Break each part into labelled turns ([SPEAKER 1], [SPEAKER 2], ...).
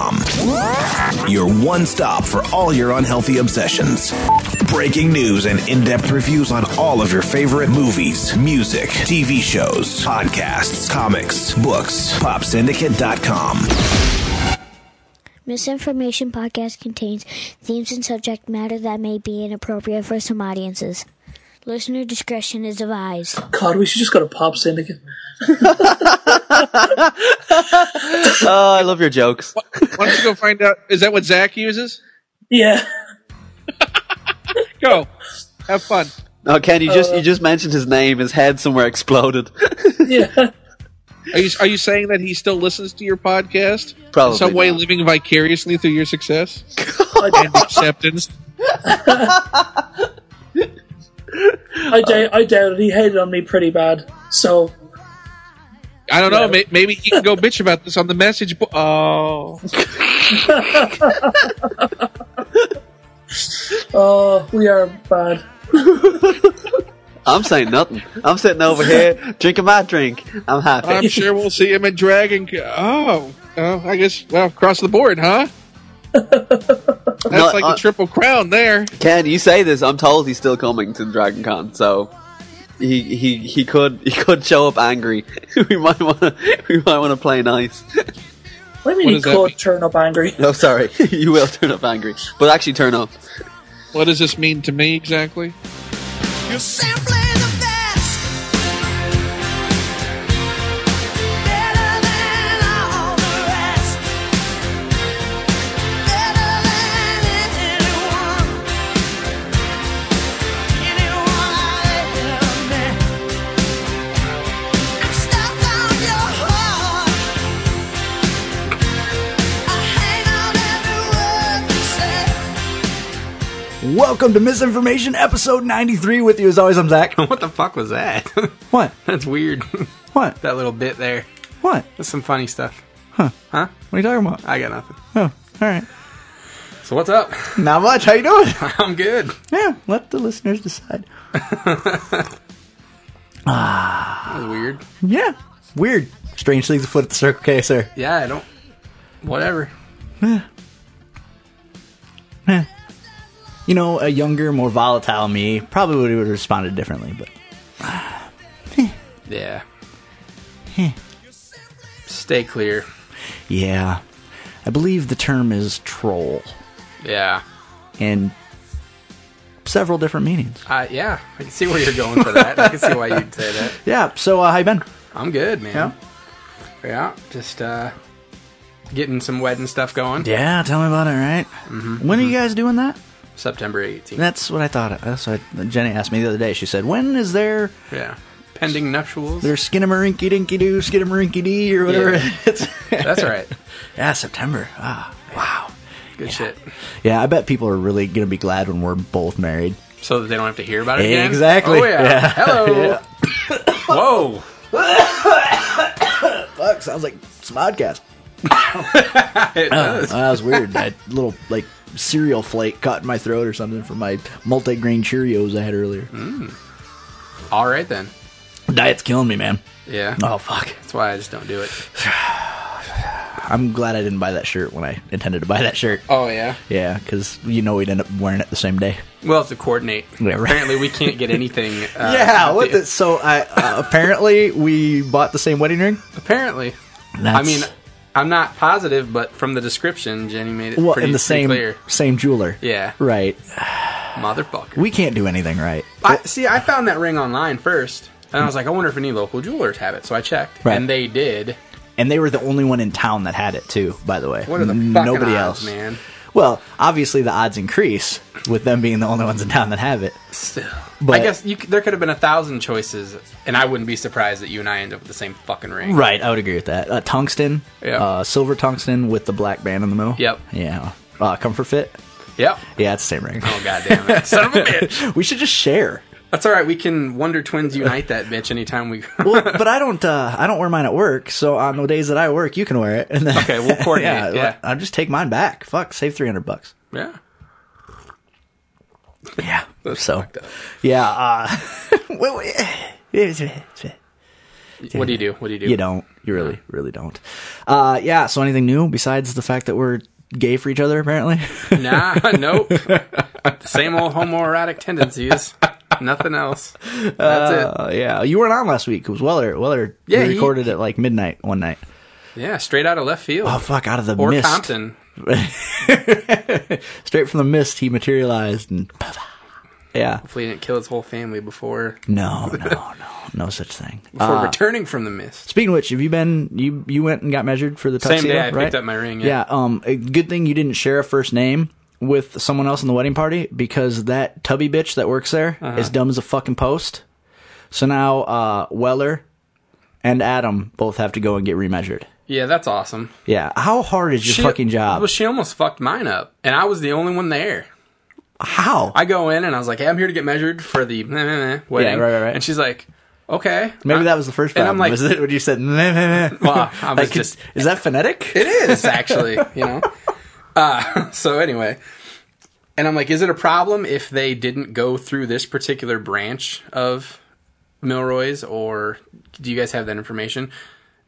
[SPEAKER 1] hiphopsyndicate.com. Your one stop for all your unhealthy obsessions. Breaking news and in depth reviews on all of your favorite movies, music, TV shows, podcasts, comics, books. PopSyndicate.com.
[SPEAKER 2] Misinformation podcast contains themes and subject matter that may be inappropriate for some audiences. Listener discretion is advised.
[SPEAKER 3] God, we should just go to Pop Syndicate.
[SPEAKER 4] oh, I love your jokes.
[SPEAKER 5] Why don't you go find out? Is that what Zach uses?
[SPEAKER 3] Yeah.
[SPEAKER 5] go. Have fun.
[SPEAKER 4] Oh, Ken, you
[SPEAKER 5] Uh,
[SPEAKER 4] just you just mentioned his name. His head somewhere exploded.
[SPEAKER 3] yeah.
[SPEAKER 5] Are you are you saying that he still listens to your podcast?
[SPEAKER 4] Probably
[SPEAKER 5] In some way,
[SPEAKER 4] not.
[SPEAKER 5] living vicariously through your success and acceptance.
[SPEAKER 3] I doubt, I doubt it. He hated on me pretty bad. So,
[SPEAKER 5] I don't know. May, maybe he can go bitch about this on the message. Bo- oh,
[SPEAKER 3] oh, we are bad.
[SPEAKER 4] I'm saying nothing. I'm sitting over here drinking my drink. I'm happy.
[SPEAKER 5] I'm sure we'll see him at Dragon. Co- Oh, oh, I guess. Well, across the board, huh? That's
[SPEAKER 4] No,
[SPEAKER 5] like
[SPEAKER 4] uh,
[SPEAKER 5] the triple crown there.
[SPEAKER 4] Ken, you say this. I'm told he's still coming to Dragon Con, so he he he could he could show up angry. we might want to we might want to play nice.
[SPEAKER 3] What do you mean
[SPEAKER 5] What
[SPEAKER 3] he
[SPEAKER 5] does that
[SPEAKER 3] could
[SPEAKER 5] mean?
[SPEAKER 3] turn up angry?
[SPEAKER 4] No, Oh, sorry, you will turn up angry, but actually turn up.
[SPEAKER 5] What does this mean to me exactly?
[SPEAKER 6] You're simply the best. Better than all the rest. Better than anyone. Anyone I ever met. I'm stuck on your heart. I hang on every word you say.
[SPEAKER 7] Welcome to Misinformation episode 93 with you as always I'm Zach.
[SPEAKER 8] What the fuck was that?
[SPEAKER 7] What?
[SPEAKER 8] That's weird.
[SPEAKER 7] What?
[SPEAKER 8] that little bit there.
[SPEAKER 7] What?
[SPEAKER 8] That's some funny stuff.
[SPEAKER 7] What are you talking about?
[SPEAKER 8] I got nothing.
[SPEAKER 7] Oh, all right.
[SPEAKER 8] So what's up?
[SPEAKER 7] Not much. How you doing?
[SPEAKER 8] I'm good.
[SPEAKER 7] Yeah, let the listeners decide.
[SPEAKER 8] That was weird.
[SPEAKER 7] Yeah. Weird. Strange things afoot at the Circle K, sir.
[SPEAKER 8] Yeah, I don't. Whatever.
[SPEAKER 7] You know, a younger, more volatile me probably would have responded differently, but
[SPEAKER 8] Yeah. Stay clear.
[SPEAKER 7] yeah. I believe the term is troll
[SPEAKER 8] Yeah.
[SPEAKER 7] in several different meanings.
[SPEAKER 8] I yeah. I can see where you're going for that. I can see why you'd say that.
[SPEAKER 7] Yeah, so uh, how you been?
[SPEAKER 8] I'm good, man. Yeah. Just uh, getting some wedding stuff going.
[SPEAKER 7] Yeah, tell me about it, right? When are you guys doing that?
[SPEAKER 8] September 18th.
[SPEAKER 7] That's what I thought. uh, That's what Jenny asked me the other day. She said, "When is their
[SPEAKER 8] Yeah. Pending nuptials.
[SPEAKER 7] their skinamarinky dinky doo, skinamarinky dee, or whatever?"
[SPEAKER 8] Yeah.
[SPEAKER 7] It's
[SPEAKER 8] That's all right.
[SPEAKER 7] yeah, September. Ah, wow.
[SPEAKER 8] Good shit.
[SPEAKER 7] Yeah, I bet people are really gonna be glad when we're both married.
[SPEAKER 8] So that they don't have to hear about it again.
[SPEAKER 7] Exactly.
[SPEAKER 8] Oh yeah.
[SPEAKER 7] Yeah.
[SPEAKER 8] Hello. Whoa.
[SPEAKER 7] Fuck, sounds like Smodcast.
[SPEAKER 8] It does.
[SPEAKER 7] Uh, that was weird. That little like cereal flake caught in my throat or something from my multigrain Cheerios I had earlier.
[SPEAKER 8] Hmm? All right then.
[SPEAKER 7] Diet's killing me, man.
[SPEAKER 8] Yeah.
[SPEAKER 7] Oh fuck.
[SPEAKER 8] That's why I just don't do it.
[SPEAKER 7] I'm glad I didn't buy that shirt when I intended to buy that shirt.
[SPEAKER 8] Oh yeah.
[SPEAKER 7] Yeah, because you know we'd end up wearing it the same day.
[SPEAKER 8] We'll have to coordinate.
[SPEAKER 7] Yeah, right.
[SPEAKER 8] Apparently, we can't get anything. Uh,
[SPEAKER 7] yeah, what
[SPEAKER 8] the-
[SPEAKER 7] the, so I uh, apparently we bought the same wedding ring.
[SPEAKER 8] Apparently, I
[SPEAKER 7] That's-
[SPEAKER 8] mean, I'm not positive, but from the description, Jenny made it
[SPEAKER 7] well,
[SPEAKER 8] pretty,
[SPEAKER 7] and the
[SPEAKER 8] pretty
[SPEAKER 7] same
[SPEAKER 8] clear.
[SPEAKER 7] same jeweler.
[SPEAKER 8] Yeah.
[SPEAKER 7] Right.
[SPEAKER 8] Motherfucker.
[SPEAKER 7] We can't do anything right.
[SPEAKER 8] I, see, I found that ring online first, and I was like, I wonder if any local jewelers have it. So I checked,
[SPEAKER 7] Right.
[SPEAKER 8] and they did.
[SPEAKER 7] And they were the only one in town that had it too, by the way.
[SPEAKER 8] What are the fucking
[SPEAKER 7] Nobody
[SPEAKER 8] odds,
[SPEAKER 7] else.
[SPEAKER 8] man?
[SPEAKER 7] Well, obviously the odds increase with them being the only ones in town that have it.
[SPEAKER 8] Still,
[SPEAKER 7] But-
[SPEAKER 8] I guess you, c- there could have been a thousand choices, and I wouldn't be surprised that you and I end up with the same fucking ring.
[SPEAKER 7] Right, I would agree with that. Uh, tungsten,
[SPEAKER 8] Yeah.
[SPEAKER 7] uh, silver tungsten with the black band in the middle.
[SPEAKER 8] Yep.
[SPEAKER 7] Yeah. Uh, comfort fit.
[SPEAKER 8] Yep.
[SPEAKER 7] Yeah, it's the same ring.
[SPEAKER 8] Oh goddamn it, son of a bitch!
[SPEAKER 7] we should just share.
[SPEAKER 8] That's all right. We can Wonder Twins unite that bitch anytime we.
[SPEAKER 7] well, but I don't. Uh, I don't wear mine at work. So on the days that I work, you can wear it. And then,
[SPEAKER 8] Okay, we'll coordinate, yeah.
[SPEAKER 7] I'll just take mine back. Fuck, save three hundred bucks.
[SPEAKER 8] yeah.
[SPEAKER 7] Yeah.
[SPEAKER 8] That's
[SPEAKER 7] so,
[SPEAKER 8] fucked up.
[SPEAKER 7] yeah. Uh, well, yeah.
[SPEAKER 8] What do you do? What do you do?
[SPEAKER 7] You don't. You really, really don't. Uh, yeah. So anything new besides the fact that we're gay for each other? Apparently.
[SPEAKER 8] Nah, nope. Same old homoerotic tendencies. Nothing else. That's
[SPEAKER 7] Uh, yeah. You weren't on last week because Weller Weller
[SPEAKER 8] Yeah, he-
[SPEAKER 7] recorded at like midnight one night.
[SPEAKER 8] it. Yeah, straight out of left field.
[SPEAKER 7] Oh fuck! Out of the
[SPEAKER 8] or
[SPEAKER 7] mist,
[SPEAKER 8] Compton.
[SPEAKER 7] straight from the mist, he materialized and. Yeah.
[SPEAKER 8] Hopefully, he didn't kill his whole family before
[SPEAKER 7] No, no, no, no such thing.
[SPEAKER 8] before returning from the mist.
[SPEAKER 7] Speaking of which, have you been you you went and got measured for the
[SPEAKER 8] Same
[SPEAKER 7] tuxedo?
[SPEAKER 8] day I picked
[SPEAKER 7] right?
[SPEAKER 8] up my ring,
[SPEAKER 7] Yeah.
[SPEAKER 8] yeah.
[SPEAKER 7] Um. a Good thing you didn't share a first name with someone else in the wedding party because that tubby bitch that works there
[SPEAKER 8] Uh-huh.
[SPEAKER 7] is dumb as a fucking post. So now uh, Weller and Adam both have to go and get remeasured.
[SPEAKER 8] Yeah, that's awesome.
[SPEAKER 7] Yeah. How hard is your
[SPEAKER 8] She-
[SPEAKER 7] fucking job?
[SPEAKER 8] Well, she almost fucked mine up, and I was the only one there.
[SPEAKER 7] How?
[SPEAKER 8] I go in and I was like, "Hey, I'm here to get measured for the meh, meh, meh wedding."
[SPEAKER 7] right, right, right.
[SPEAKER 8] And she's like, "Okay."
[SPEAKER 7] Maybe
[SPEAKER 8] I-
[SPEAKER 7] that was the first.
[SPEAKER 8] and
[SPEAKER 7] problem,
[SPEAKER 8] I'm like-
[SPEAKER 7] was it when you said? Meh, meh, meh.
[SPEAKER 8] Well, I was
[SPEAKER 7] Like,
[SPEAKER 8] just-
[SPEAKER 7] is that phonetic?
[SPEAKER 8] It is actually, you know. Uh, so anyway, and I'm like, is it a problem if they didn't go through this particular branch of Milroy's, or do you guys have that information?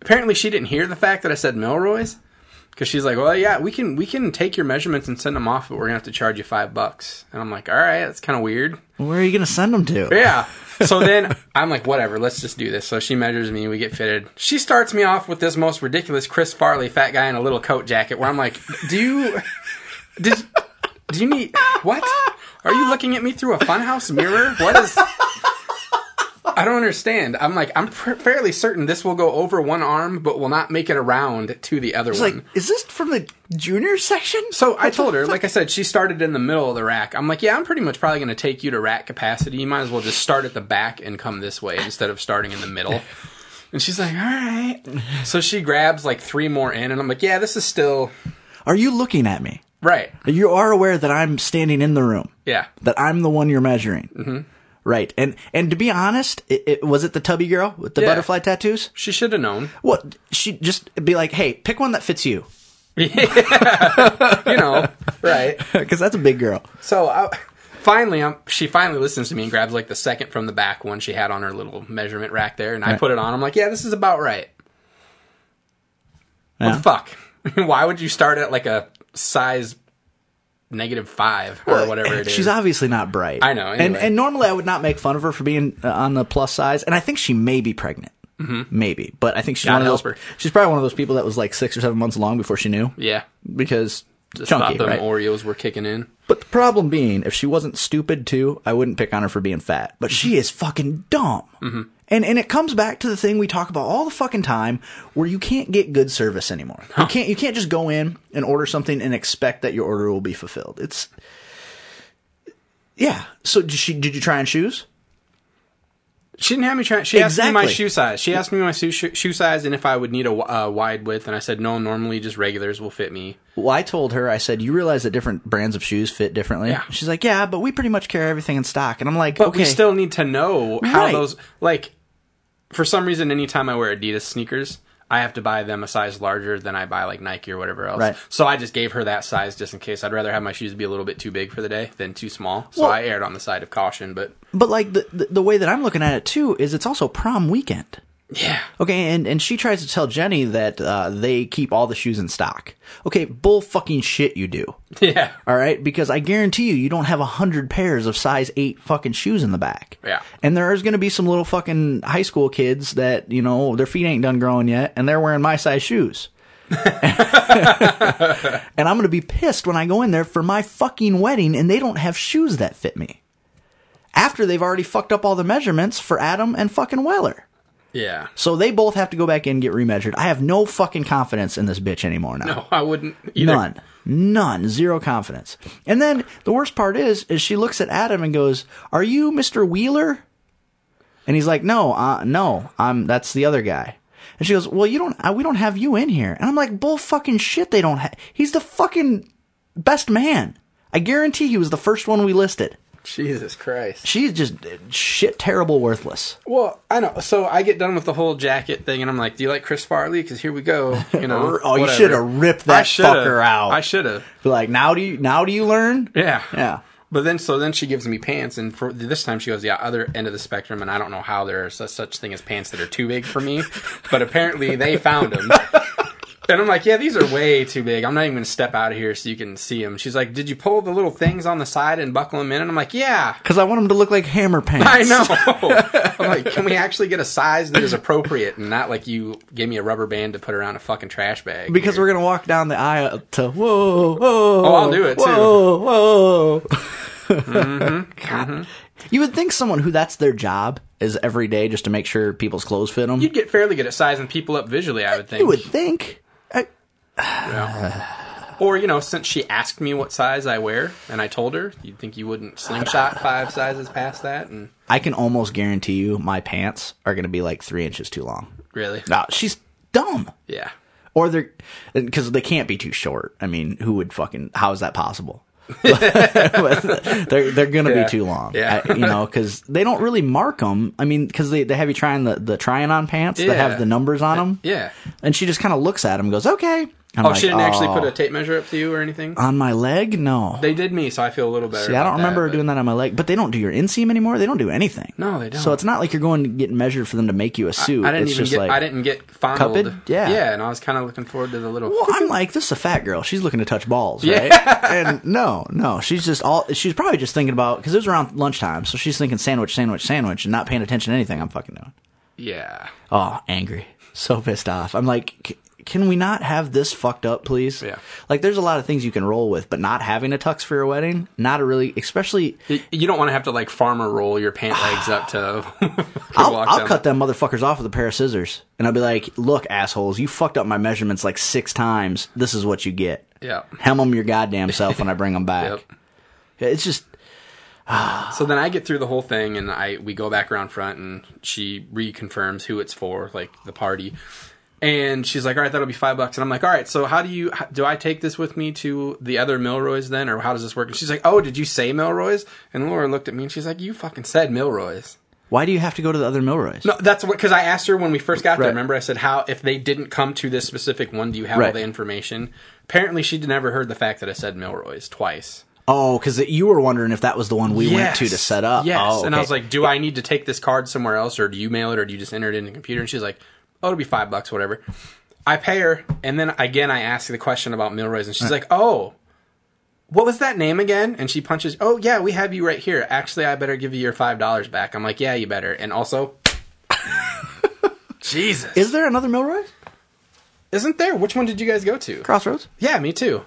[SPEAKER 8] Apparently, she didn't hear the fact that I said Milroy's because she's like, well, yeah, we can we can take your measurements and send them off, but we're gonna have to charge you five bucks. And I'm like, all right, that's kind of weird.
[SPEAKER 7] Where are you gonna send them to?
[SPEAKER 8] Yeah. So then I'm like, whatever, let's just do this. So she measures me, we get fitted. She starts me off with this most ridiculous Chris Farley fat guy in a little coat jacket where I'm like, do you did, do you need what? Are you looking at me through a funhouse mirror? What is I don't understand. I'm like, I'm pr- fairly certain this will go over one arm, but will not make it around to the other
[SPEAKER 7] It's
[SPEAKER 8] one.
[SPEAKER 7] like, is this from the junior section?
[SPEAKER 8] So I told her, like I said, she started in the middle of the rack. I'm like, yeah, I'm pretty much probably going to take you to rack capacity. You might as well just start at the back and come this way instead of starting in the middle. And she's like, all right. So she grabs like three more in, and I'm like, yeah, this is still
[SPEAKER 7] Are you looking at me?
[SPEAKER 8] right.
[SPEAKER 7] You are aware that I'm standing in the room,
[SPEAKER 8] Yeah.
[SPEAKER 7] that I'm the one you're measuring, mm-hmm. right? And and to be honest, it, it was it the tubby girl with the
[SPEAKER 8] Yeah.
[SPEAKER 7] butterfly tattoos.
[SPEAKER 8] She should have known.
[SPEAKER 7] What she just be like, hey, pick one that fits you,
[SPEAKER 8] You know, right.
[SPEAKER 7] because that's a big girl.
[SPEAKER 8] So I, finally, i she finally listens to me and grabs like the second from the back one she had on her little measurement rack there, and I put it on. I'm like, yeah, this is about right. What
[SPEAKER 7] Yeah.
[SPEAKER 8] the Oh, fuck? Why would you start at like a size negative five or whatever it is?
[SPEAKER 7] She's obviously not bright.
[SPEAKER 8] I know,
[SPEAKER 7] And
[SPEAKER 8] anyway.
[SPEAKER 7] and normally I would not make fun of her for being uh, on the plus size, and I think she may be pregnant. Mm-hmm. Maybe, but I think she's
[SPEAKER 8] God
[SPEAKER 7] one of those.
[SPEAKER 8] help her.
[SPEAKER 7] She's probably one of those people that was like six or seven months long before she knew,
[SPEAKER 8] yeah.
[SPEAKER 7] because
[SPEAKER 8] Just
[SPEAKER 7] chunky,
[SPEAKER 8] thought them
[SPEAKER 7] right?
[SPEAKER 8] Oreos were kicking in.
[SPEAKER 7] But the problem being, if she wasn't stupid too, I wouldn't pick on her for being fat. But she is fucking dumb.
[SPEAKER 8] Mm-hmm.
[SPEAKER 7] And and it comes back to the thing we talk about all the fucking time, where you can't get good service anymore. You can't you can't just go in and order something and expect that your order will be fulfilled. It's yeah. So did she? Did you try on shoes?
[SPEAKER 8] She didn't have me try. She asked me my
[SPEAKER 7] Exactly.
[SPEAKER 8] shoe size. She asked me my shoe, shoe size and if I would need a wi- uh, wide width, and I said no. Normally, just regulars will fit me.
[SPEAKER 7] Well, I told her, I said, you realize that different brands of shoes fit differently.
[SPEAKER 8] Yeah.
[SPEAKER 7] She's like, yeah, but we pretty much carry everything in stock. And I'm like,
[SPEAKER 8] But
[SPEAKER 7] okay,
[SPEAKER 8] we still need to know how
[SPEAKER 7] Right.
[SPEAKER 8] those like. For some reason, anytime I wear Adidas sneakers, I have to buy them a size larger than I buy like Nike or whatever else.
[SPEAKER 7] Right.
[SPEAKER 8] So I just gave her that size just in case. I'd rather have my shoes be a little bit too big for the day than too small. So
[SPEAKER 7] Well-
[SPEAKER 8] I erred on the side of caution. But
[SPEAKER 7] but like the, the the way that I'm looking at it too is it's also prom weekend.
[SPEAKER 8] yeah,
[SPEAKER 7] Okay, and, and she tries to tell Jenny that uh, they keep all the shoes in stock. Okay, bull fucking shit you do.
[SPEAKER 8] yeah,
[SPEAKER 7] All right, because I guarantee you, you don't have a hundred pairs of size eight fucking shoes in the back.
[SPEAKER 8] Yeah.
[SPEAKER 7] And there is going to be some little fucking high school kids that you know their feet ain't done growing yet, and they're wearing my size shoes. and I'm going to be pissed when I go in there for my fucking wedding, and they don't have shoes that fit me. After they've already fucked up all the measurements for Adam and fucking Weller.
[SPEAKER 8] yeah.
[SPEAKER 7] So they both have to go back in and get remeasured. I have no fucking confidence in this bitch anymore now.
[SPEAKER 8] No, I wouldn't either.
[SPEAKER 7] None. None. Zero confidence. And then the worst part is, is she looks at Adam and goes, "Are you Mr. Wheeler?" And he's like, "No, uh, no, I'm. That's the other guy." And she goes, "Well, you don't. Uh, we don't have you in here." And I'm like, "Bull fucking shit. They don't. Ha- He's the fucking best man. I guarantee he was the first one we listed.
[SPEAKER 8] Jesus Christ.
[SPEAKER 7] She's just uh, shit terrible, worthless.
[SPEAKER 8] Well, I know. So I get done with the whole jacket thing, and I'm like, "Do you like Chris Farley? Because here we go." You know.
[SPEAKER 7] Oh, you
[SPEAKER 8] whatever.
[SPEAKER 7] shoulda ripped
[SPEAKER 8] I
[SPEAKER 7] that
[SPEAKER 8] shoulda.
[SPEAKER 7] fucker out.
[SPEAKER 8] I should have.
[SPEAKER 7] Like now do you now do you learn?
[SPEAKER 8] Yeah.
[SPEAKER 7] Yeah.
[SPEAKER 8] But then, so then she gives me pants, and for this time she goes the other end of the spectrum, and I don't know how there's a such thing as pants that are too big for me, but apparently they found them. And I'm like, yeah, these are way too big. I'm not even gonna step out of here so you can see them. She's like, did you pull the little things on the side and buckle them in? And I'm like, yeah.
[SPEAKER 7] Because I want them to look like hammer pants.
[SPEAKER 8] I know. I'm like, can we actually get a size that is appropriate and not like you gave me a rubber band to put around a fucking trash bag?
[SPEAKER 7] Because we're gonna walk down the aisle to whoa, whoa.
[SPEAKER 8] Oh, I'll do it, too. Mm-hmm,
[SPEAKER 7] Whoa, whoa. God. You would think someone who that's their job is every day just to make sure people's clothes fit them.
[SPEAKER 8] you'd get fairly good at sizing people up visually, I would think.
[SPEAKER 7] You would think. I,
[SPEAKER 8] Or you know, since she asked me what size I wear, and I told her, you'd think you wouldn't slingshot five sizes past that, and
[SPEAKER 7] I can almost guarantee you my pants are gonna be like three inches too long.
[SPEAKER 8] really,
[SPEAKER 7] No, she's dumb.
[SPEAKER 8] yeah.
[SPEAKER 7] Or they're because they can't be too short. I mean, who would fucking? How is that possible? they're they're gonna
[SPEAKER 8] Yeah.
[SPEAKER 7] be too long,
[SPEAKER 8] Yeah.
[SPEAKER 7] I- you know, because they don't really mark them. I mean, because they, they have you trying the the trying on pants that
[SPEAKER 8] Yeah. Uh,
[SPEAKER 7] have the numbers on them,
[SPEAKER 8] Yeah.
[SPEAKER 7] and she just kind of looks at them, and goes, "Okay." I'm
[SPEAKER 8] oh, she didn't actually put a
[SPEAKER 7] "Oh,
[SPEAKER 8] tape measure up to you or anything.
[SPEAKER 7] on my leg. No,
[SPEAKER 8] they did me, so I feel a little better.
[SPEAKER 7] See, I don't remember doing
[SPEAKER 8] that.
[SPEAKER 7] that on my leg, but they don't do your inseam anymore. They don't do anything.
[SPEAKER 8] No, they don't.
[SPEAKER 7] So it's not like you're going to get measured for them to make you a
[SPEAKER 8] but
[SPEAKER 7] suit.
[SPEAKER 8] I didn't
[SPEAKER 7] it's
[SPEAKER 8] even
[SPEAKER 7] just
[SPEAKER 8] get.
[SPEAKER 7] like
[SPEAKER 8] I didn't get fondled.
[SPEAKER 7] Cupid? Yeah.
[SPEAKER 8] Yeah, and I was kind of looking forward to the little.
[SPEAKER 7] Well, I'm like, this is a fat girl. She's looking to touch balls, right? And no, no, she's just all. She's probably just thinking about because it was around lunchtime, so she's thinking sandwich, sandwich, sandwich, and not paying attention to anything I'm fucking doing.
[SPEAKER 8] Yeah.
[SPEAKER 7] Oh, angry, so pissed off. I'm like, "C- can we not have this fucked up, please?
[SPEAKER 8] Yeah.
[SPEAKER 7] Like, there's a lot of things you can roll with, but not having a tux for your wedding, not a really, especially.
[SPEAKER 8] Y- You don't want to have to like farmer roll your pant legs up to.
[SPEAKER 7] I'll, I'll cut them motherfuckers off with a pair of scissors, and I'll be like, look, assholes, you fucked up my measurements like six times. This is what you get.
[SPEAKER 8] Yeah.
[SPEAKER 7] Hem them your goddamn self when I bring them back.
[SPEAKER 8] Yep.
[SPEAKER 7] It's just
[SPEAKER 8] So then I get through the whole thing, and I we go back around front, and she reconfirms who it's for, like the party. And she's like, "All right, that'll be five bucks." And I'm like, "All right, so how do you h- do? I take this with me to the other Milroys then, or how does this work?" And she's like, "Oh, did you say Milroys?" And Laura looked at me, and she's like, "You fucking said Milroys."
[SPEAKER 7] why do you have to go to the other Milroys?
[SPEAKER 8] No, that's what because I asked her when we first got there.
[SPEAKER 7] Right.
[SPEAKER 8] Remember, I said, "How if they didn't come to this specific one, do you have all
[SPEAKER 7] Right.
[SPEAKER 8] the information?" Apparently, she never heard the fact that I said Milroys twice.
[SPEAKER 7] Oh, because you were wondering if that was the one we went to to
[SPEAKER 8] Yes.
[SPEAKER 7] set up.
[SPEAKER 8] Yes.
[SPEAKER 7] Oh,
[SPEAKER 8] And I
[SPEAKER 7] okay.
[SPEAKER 8] was like, do I need to take this card somewhere else or do you mail it or do you just enter it in the computer? And she's like, oh, it'll be five bucks, whatever. I pay her. And then again, I ask the question about Milroy's and she's like, oh, what was that name again? And she punches, oh, yeah, we have you right here. Actually, I better give you your $5 back. I'm like, yeah, you better. And also, Jesus.
[SPEAKER 7] is there another Milroys?
[SPEAKER 8] Isn't there? Which one did you guys go to?
[SPEAKER 7] Crossroads?
[SPEAKER 8] Yeah, me too.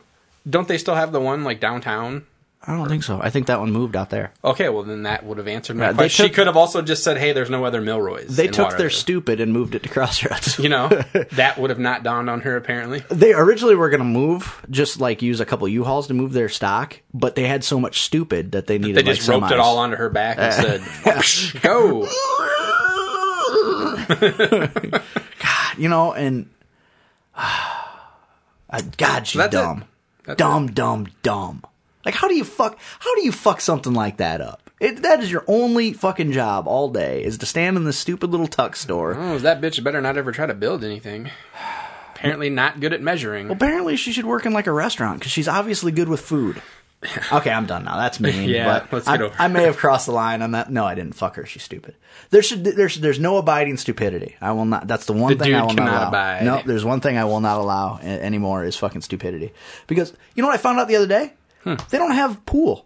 [SPEAKER 8] Don't they still have the one like downtown?
[SPEAKER 7] I don't think so. I think that one moved out there.
[SPEAKER 8] Okay, well then that would have answered my
[SPEAKER 7] Yeah, they
[SPEAKER 8] question. she
[SPEAKER 7] took-
[SPEAKER 8] could have also just said, "Hey, there's no other Milroys."
[SPEAKER 7] They
[SPEAKER 8] in
[SPEAKER 7] took their
[SPEAKER 8] Waterloo.
[SPEAKER 7] stupid and moved it to Crossroads.
[SPEAKER 8] you know, that would have not dawned on her apparently.
[SPEAKER 7] they originally were going to move, just like use a couple U-Hauls to move their stock, but they had so much stupid that they needed.
[SPEAKER 8] They just
[SPEAKER 7] like, Uh,
[SPEAKER 8] roped it
[SPEAKER 7] semis.
[SPEAKER 8] all onto her back and said, "Whoosh, "Go."
[SPEAKER 7] you know, and uh, God, she's
[SPEAKER 8] That's it.
[SPEAKER 7] dumb, dumb, dumb, dumb. Like, how do you fuck? How do you fuck something like that up? It, that is your only fucking job all day is to stand in this stupid little tuck store.
[SPEAKER 8] Oh, that bitch better not ever try to build anything. Apparently, not good at measuring.
[SPEAKER 7] Apparently, she should work in like a restaurant because she's obviously good with food. Okay, I'm done now. That's mean.
[SPEAKER 8] Yeah,
[SPEAKER 7] but
[SPEAKER 8] let's get
[SPEAKER 7] I,
[SPEAKER 8] over
[SPEAKER 7] I may have crossed the line on that. No, I didn't fuck her. She's stupid. There should there's there's no abiding stupidity. I will not. That's the one
[SPEAKER 8] The
[SPEAKER 7] thing I
[SPEAKER 8] dude
[SPEAKER 7] will not
[SPEAKER 8] cannot
[SPEAKER 7] allow.
[SPEAKER 8] abide.
[SPEAKER 7] No, there's one thing I will not allow a- anymore is fucking stupidity. Because you know what I found out the other day?
[SPEAKER 8] Hmm.
[SPEAKER 7] They don't have pool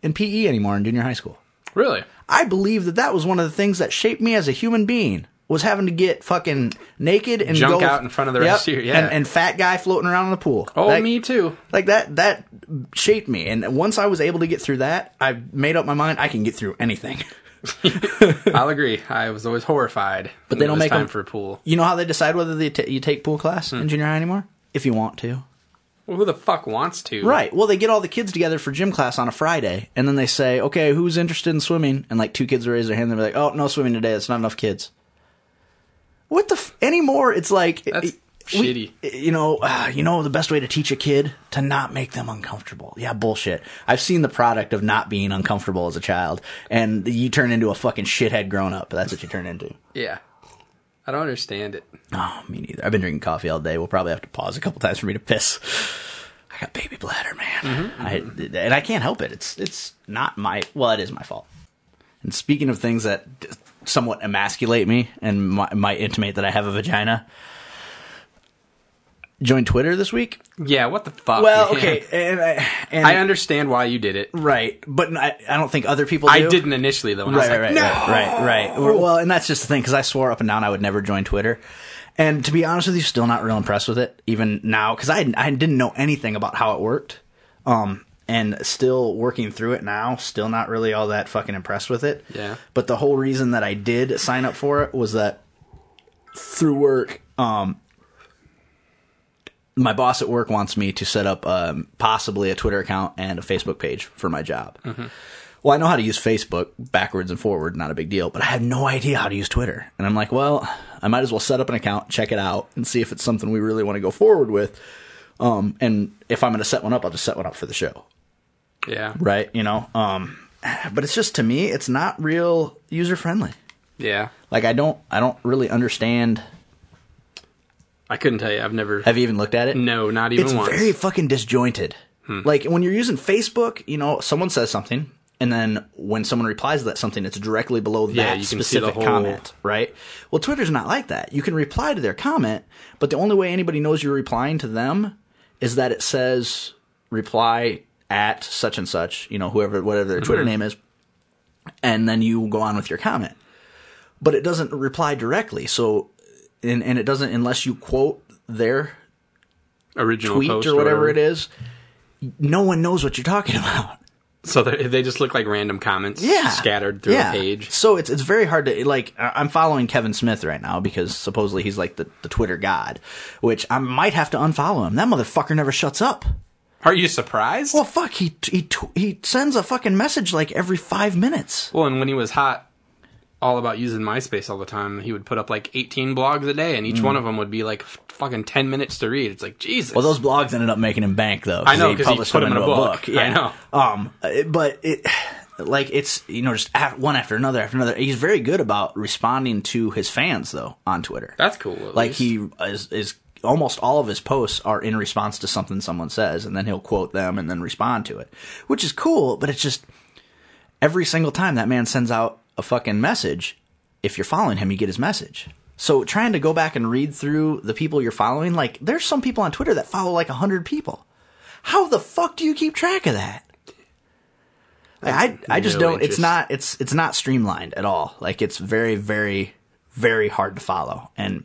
[SPEAKER 7] in PE anymore in junior high school.
[SPEAKER 8] really?
[SPEAKER 7] I believe that that was one of the things that shaped me as a human being was having to get fucking naked and
[SPEAKER 8] Junk
[SPEAKER 7] go,
[SPEAKER 8] out in front of the rest
[SPEAKER 7] Yep,
[SPEAKER 8] of your- yeah.
[SPEAKER 7] and, and fat guy floating around in the pool.
[SPEAKER 8] Oh,
[SPEAKER 7] That-
[SPEAKER 8] me too.
[SPEAKER 7] Like that that shaped me, and once I was able to get through that, I made up my mind I can get through anything.
[SPEAKER 8] I'll agree. I was always horrified. But
[SPEAKER 7] they don't make
[SPEAKER 8] time
[SPEAKER 7] 'em-
[SPEAKER 8] for a pool. Hmm.
[SPEAKER 7] You know how they decide whether they ta you take pool class in junior high anymore? If you want to.
[SPEAKER 8] Well, who the fuck wants to?
[SPEAKER 7] Right. Well, they get all the kids together for gym class on a Friday, and then they say, "Okay, who's interested in swimming?" And like two kids raise their hand, and they're like, "Oh, no swimming today. It's not enough kids." What the f- anymore? It's like
[SPEAKER 8] That's
[SPEAKER 7] we-
[SPEAKER 8] shitty.
[SPEAKER 7] You know, uh, you know the best way to teach a kid to not make them uncomfortable. Yeah, bullshit. I've seen the product of not being uncomfortable as a child, and you turn into a fucking shithead grown up. That's what you turn into.
[SPEAKER 8] Yeah. I don't understand it.
[SPEAKER 7] Oh, me neither. I've been drinking coffee all day. We'll probably have to pause a couple times for me to piss. I got baby bladder, man. I, and I can't help it. It's it's not my well, it is my fault. And speaking of things that somewhat emasculate me and mi- might intimate that I have a vagina, join Twitter this week.
[SPEAKER 8] Yeah, what the fuck?
[SPEAKER 7] Well,
[SPEAKER 8] man?
[SPEAKER 7] okay, and, Oh, I- and
[SPEAKER 8] I understand why you did it.
[SPEAKER 7] right, but I, I don't think other people.
[SPEAKER 8] I
[SPEAKER 7] do.
[SPEAKER 8] didn't initially though. And
[SPEAKER 7] Right,
[SPEAKER 8] I was
[SPEAKER 7] right,
[SPEAKER 8] like, no.
[SPEAKER 7] right, right, right. Well, Well, and that's just the thing because I swore up and down I would never join Twitter, and to be honest with you, still not real impressed with it even now because I I didn't know anything about how it worked, um, and still working through it now, still not really all that fucking impressed with it.
[SPEAKER 8] Yeah.
[SPEAKER 7] But the whole reason that I did sign up for it was that through work, um, my boss at work wants me to set up um, possibly a Twitter account and a Facebook page for my job. Well, I know how to use Facebook backwards and forward, not a big deal, but I have no idea how to use Twitter. And I'm like, well, I might as well set up an account, check it out, and see if it's something we really want to go forward with. Um, and if I'm going to set one up, I'll just set one up for the show
[SPEAKER 8] Yeah,
[SPEAKER 7] right? You know, um, but it's just to me, it's not real user friendly.
[SPEAKER 8] yeah.
[SPEAKER 7] Like I don't, I don't really understand.
[SPEAKER 8] I couldn't tell you. I've never.
[SPEAKER 7] Have you even looked at it?
[SPEAKER 8] no, not even
[SPEAKER 7] it's
[SPEAKER 8] once. Hmm.
[SPEAKER 7] very fucking disjointed. Like when you're using Facebook, you know, someone says something, and then when someone replies to that something, it's directly below
[SPEAKER 8] Yeah,
[SPEAKER 7] that
[SPEAKER 8] you can see the
[SPEAKER 7] specific
[SPEAKER 8] whole-
[SPEAKER 7] comment, right? Well, Twitter's not like that. You can reply to their comment, but the only way anybody knows you're replying to them is that it says reply at such and such, you know, whoever, whatever their
[SPEAKER 8] Mm-hmm.
[SPEAKER 7] Twitter name is, and then you go on with your comment. But it doesn't reply directly, so and, and it doesn't unless you quote their
[SPEAKER 8] original
[SPEAKER 7] tweet
[SPEAKER 8] post
[SPEAKER 7] or whatever it is, no one knows what you're talking about.
[SPEAKER 8] So they they just look like random comments
[SPEAKER 7] Yeah,
[SPEAKER 8] scattered through
[SPEAKER 7] Yeah.
[SPEAKER 8] a page.
[SPEAKER 7] So it's it's very hard to like. I- I'm following Kevin Smith right now because supposedly he's like the, the Twitter god, which I might have to unfollow him. That motherfucker never shuts up.
[SPEAKER 8] Are you surprised?
[SPEAKER 7] Well, fuck, he t- he t- he sends a fucking message like every five minutes.
[SPEAKER 8] Well, and when he was hot, all about using MySpace all the time, he would put up like 18 blogs a day, and each one of them would be like f- fucking 10 minutes to read. It's like Jesus.
[SPEAKER 7] Mm. Well, those blogs ended up making him bank though.
[SPEAKER 8] I know, 'cause he
[SPEAKER 7] published
[SPEAKER 8] put
[SPEAKER 7] them
[SPEAKER 8] them in a
[SPEAKER 7] into
[SPEAKER 8] book. I know.
[SPEAKER 7] Um, it- but it, like, it's you know just af- one after another after another. He's very good about responding to his fans though on Twitter.
[SPEAKER 8] that's cool. at
[SPEAKER 7] like
[SPEAKER 8] least.
[SPEAKER 7] he is, is almost all of his posts are in response to something someone says and then he'll quote them and then respond to it which is cool but it's just every single time that man sends out a fucking message if you're following him you get his message so trying to go back and read through the people you're following like there's some people on twitter that follow like 100 people how the fuck do you keep track of that Like, I, I just
[SPEAKER 8] No
[SPEAKER 7] don't it's
[SPEAKER 8] interest.
[SPEAKER 7] not it's it's not streamlined at all like it's very very very hard to follow and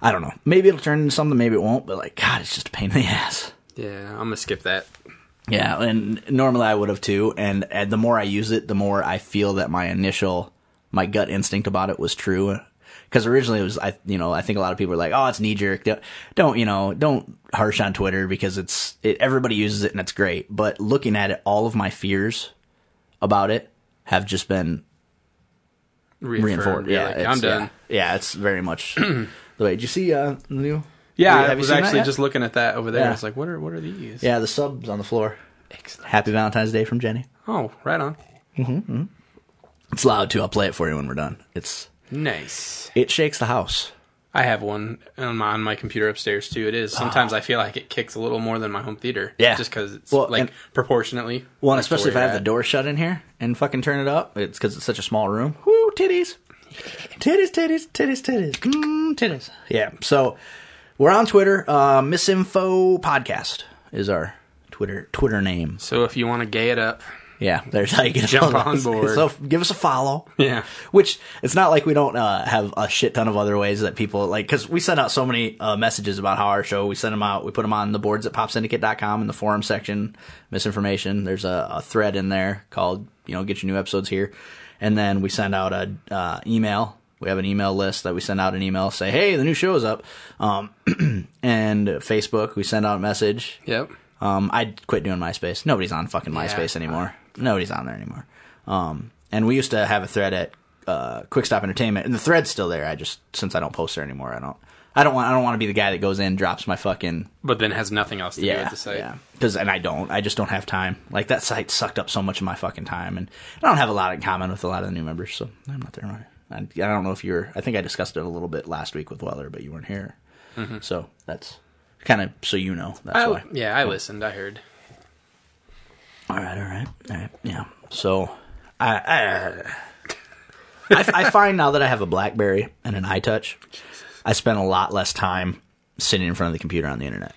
[SPEAKER 7] I don't know. Maybe it'll turn into something, maybe it won't, but like, God, it's just a pain in the ass.
[SPEAKER 8] Yeah, I'm gonna skip that.
[SPEAKER 7] Yeah, and normally I would have too. And, and the more I use it, the more I feel that my initial, my gut instinct about it was true. Because originally it was, I you know, I think a lot of people were like, oh, it's knee jerk. Don't, don't, you know, don't harsh on Twitter because it's it, everybody uses it and it's great. But looking at it, all of my fears about it have just been
[SPEAKER 8] Reaffirmed.
[SPEAKER 7] reinforced.
[SPEAKER 8] You're
[SPEAKER 7] Yeah,
[SPEAKER 8] like,
[SPEAKER 7] it's-
[SPEAKER 8] I'm done.
[SPEAKER 7] Yeah, yeah, it's very much the way. Did you see uh, the new?
[SPEAKER 8] Yeah,
[SPEAKER 7] Have you
[SPEAKER 8] I was
[SPEAKER 7] seen that
[SPEAKER 8] actually
[SPEAKER 7] yet?
[SPEAKER 8] just looking at that over there.
[SPEAKER 7] Yeah.
[SPEAKER 8] I was like, what are what are these?
[SPEAKER 7] Yeah, the subs on the floor.
[SPEAKER 8] Excellent.
[SPEAKER 7] Happy Valentine's Day from Jenny.
[SPEAKER 8] Oh, right on.
[SPEAKER 7] It's loud too. I'll play it for you when we're done. It's
[SPEAKER 8] Nice.
[SPEAKER 7] it shakes the house.
[SPEAKER 8] I have one on my, on my computer upstairs too. It is sometimes I feel like it kicks a little more than my home theater.
[SPEAKER 7] Ah. Yeah.
[SPEAKER 8] just because it's
[SPEAKER 7] Well,
[SPEAKER 8] like
[SPEAKER 7] and-
[SPEAKER 8] proportionately.
[SPEAKER 7] Well,
[SPEAKER 8] like,
[SPEAKER 7] and
[SPEAKER 8] to
[SPEAKER 7] especially if I
[SPEAKER 8] where
[SPEAKER 7] have
[SPEAKER 8] you're
[SPEAKER 7] the
[SPEAKER 8] at.
[SPEAKER 7] door shut in here and fucking turn it up. It's because it's such a small room. Woo, titties, titties, titties, titties, titties, mm, titties. Yeah. So we're on Twitter. Uh, Misinfo podcast is our Twitter Twitter name.
[SPEAKER 8] So if you want to gay it up,
[SPEAKER 7] Yeah, there's how you get
[SPEAKER 8] Jump
[SPEAKER 7] all that.
[SPEAKER 8] on board.
[SPEAKER 7] So give us a follow.
[SPEAKER 8] Yeah.
[SPEAKER 7] Which it's not like we don't uh, have a shit ton of other ways that people like because we send out so many uh, messages about how our show. We send them out. We put them on the boards at popsyndicate.com in the forum section. Misinformation. There's a, a thread in there called you know get your new episodes here, and then we send out a uh, email. We have an email list that we send out an email say hey the new show is up, um, and Facebook we send out a message.
[SPEAKER 8] yep.
[SPEAKER 7] Um, I quit doing MySpace. Nobody's on fucking MySpace anymore. Nobody's on there anymore. Um, and we used to have a thread at uh, Quick Stop Entertainment, and the thread's still there. I just since I don't post there anymore, I don't. I don't want. I don't want to be the guy that goes in, drops my fucking
[SPEAKER 8] But then has nothing else to do
[SPEAKER 7] yeah,
[SPEAKER 8] with the site.
[SPEAKER 7] yeah. Because and I don't. I just don't have time. Like that site sucked up so much of my fucking time, and I don't have a lot in common with a lot of the new members, so I'm not there on it. I, I don't know if you were. I think I discussed it a little bit last week with Weller, but you weren't here. So that's Kind of so you know. That's
[SPEAKER 8] Mm-hmm. I,
[SPEAKER 7] why.
[SPEAKER 8] Oh, yeah, I listened. I heard.
[SPEAKER 7] All right, all right, all right. Yeah. So, I I, I, I find now that I have a BlackBerry and an iTouch, I spend a lot less time sitting in front of the computer on the internet.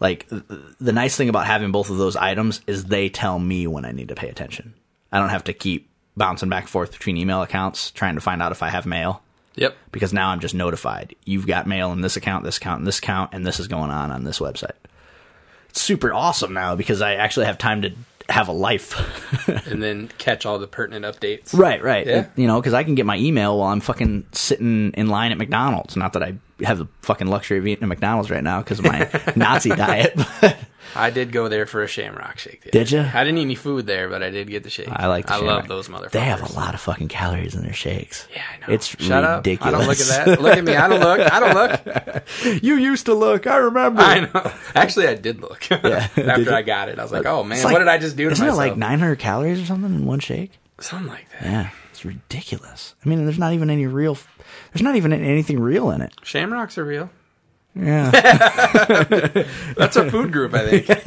[SPEAKER 7] Like th- the nice thing about having both of those items is they tell me when I need to pay attention. I don't have to keep bouncing back and forth between email accounts trying to find out if I have mail
[SPEAKER 8] Yep.
[SPEAKER 7] because now I'm just notified. You've got mail in this account, this account, and this account, and this is going on on this website. It's super awesome now because I actually have time to have a life.
[SPEAKER 8] And then catch all the pertinent updates.
[SPEAKER 7] right, right.
[SPEAKER 8] Yeah.
[SPEAKER 7] It- you know, because I can get my email while I'm fucking sitting in line at McDonald's. Not that I have the fucking luxury of eating at McDonald's right now because of my Nazi diet.
[SPEAKER 8] I did go there for a Shamrock Shake. the
[SPEAKER 7] Did
[SPEAKER 8] other
[SPEAKER 7] ya?
[SPEAKER 8] day. I didn't eat any food there, but I did get the shake.
[SPEAKER 7] I like. The
[SPEAKER 8] I
[SPEAKER 7] shake.
[SPEAKER 8] love those motherfuckers.
[SPEAKER 7] They have a lot of fucking calories in their shakes.
[SPEAKER 8] Yeah, I know.
[SPEAKER 7] It's
[SPEAKER 8] Shut Up.
[SPEAKER 7] ridiculous.
[SPEAKER 8] I don't look at that. Look at me. I don't look. I don't look.
[SPEAKER 7] you used to look. I remember.
[SPEAKER 8] I know. Actually, I did look.
[SPEAKER 7] Did
[SPEAKER 8] After
[SPEAKER 7] you?
[SPEAKER 8] I got it, I was like, "Oh man,
[SPEAKER 7] It's like-
[SPEAKER 8] what did I just do to
[SPEAKER 7] isn't
[SPEAKER 8] myself?"
[SPEAKER 7] it like 900 calories or something in one shake?
[SPEAKER 8] Something like that.
[SPEAKER 7] Yeah, Eh, it's ridiculous. I mean, there's not even any real. There's not even anything real in it.
[SPEAKER 8] Shamrocks are real.
[SPEAKER 7] Yeah,
[SPEAKER 8] That's a food group, I think.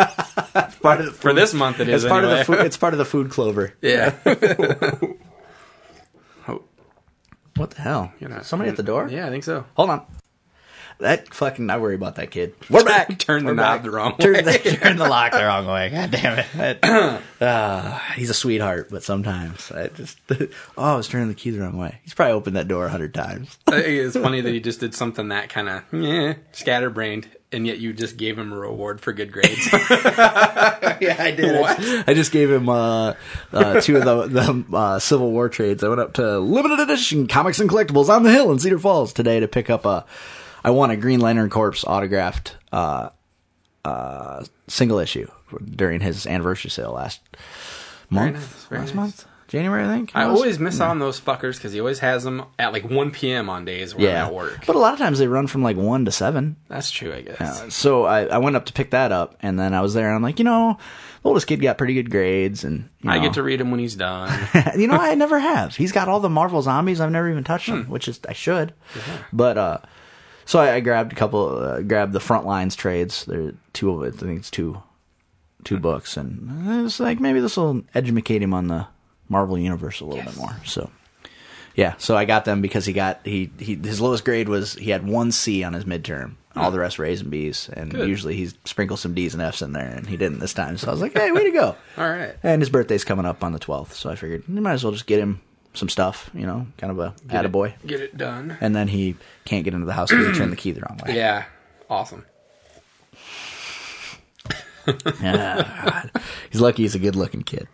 [SPEAKER 7] part of the
[SPEAKER 8] For this month, it
[SPEAKER 7] It's
[SPEAKER 8] is.
[SPEAKER 7] part
[SPEAKER 8] anyway.
[SPEAKER 7] of the food. It's part of the food clover.
[SPEAKER 8] yeah.
[SPEAKER 7] What the hell? Somebody at the door?
[SPEAKER 8] Yeah, I think so.
[SPEAKER 7] Hold on. That fucking. I worry about that kid. We're back.
[SPEAKER 8] Turn the
[SPEAKER 7] We're
[SPEAKER 8] knob
[SPEAKER 7] back.
[SPEAKER 8] the wrong
[SPEAKER 7] Turn
[SPEAKER 8] way.
[SPEAKER 7] the, turn the lock the wrong way. God damn it. That- Ah, he's a sweetheart, but sometimes I just. Oh, I was turning the key the wrong way. He's probably opened that door a hundred times.
[SPEAKER 8] I think it's funny that he just did something that kind of yeah, scatterbrained, and yet you just gave him a reward for good grades.
[SPEAKER 7] yeah, I did. I just- I just gave him uh, uh, two of the, the uh, Civil War trades. I went up to limited edition comics and collectibles on the hill in Cedar Falls today to pick up a. I want a Green Lantern Corps autographed uh, uh, single issue during his anniversary sale last month.
[SPEAKER 8] nice, very
[SPEAKER 7] last
[SPEAKER 8] nice.
[SPEAKER 7] month, January, I think.
[SPEAKER 8] I
[SPEAKER 7] Was-
[SPEAKER 8] always miss out on those fuckers because he always has them at like 1 p.m. on days where
[SPEAKER 7] yeah,
[SPEAKER 8] I'm at work.
[SPEAKER 7] but a lot of times they run from like one to seven.
[SPEAKER 8] That's true, I guess.
[SPEAKER 7] So I, I went up to pick that up, and then I was there, and I'm like, you know, the oldest kid got pretty good grades, and you
[SPEAKER 8] I
[SPEAKER 7] know.
[SPEAKER 8] get to read him when he's done.
[SPEAKER 7] you know, I never have. He's got all the Marvel zombies. I've never even touched them, which is I should. But uh, so I, I grabbed a couple, uh, grabbed the front lines trades. There are two of it. I think it's two, two books, and I was like, maybe this will educate him on the Marvel universe a little bit more. So. Yeah, so I got them because he got he, he his lowest grade was he had one C on his midterm, all the rest were A's and B's, and usually he sprinkles some D's and F's in there, and he didn't this time. So I was like, hey, way to go!
[SPEAKER 8] All right.
[SPEAKER 7] And his birthday's coming up on the 12th, so I figured you might as well just get him some stuff, you know, kind of a attaboy.
[SPEAKER 8] Get it done.
[SPEAKER 7] And then he can't get into the house because he turned the key the wrong way.
[SPEAKER 8] Yeah. Awesome.
[SPEAKER 7] Yeah. he's lucky he's a good looking kid.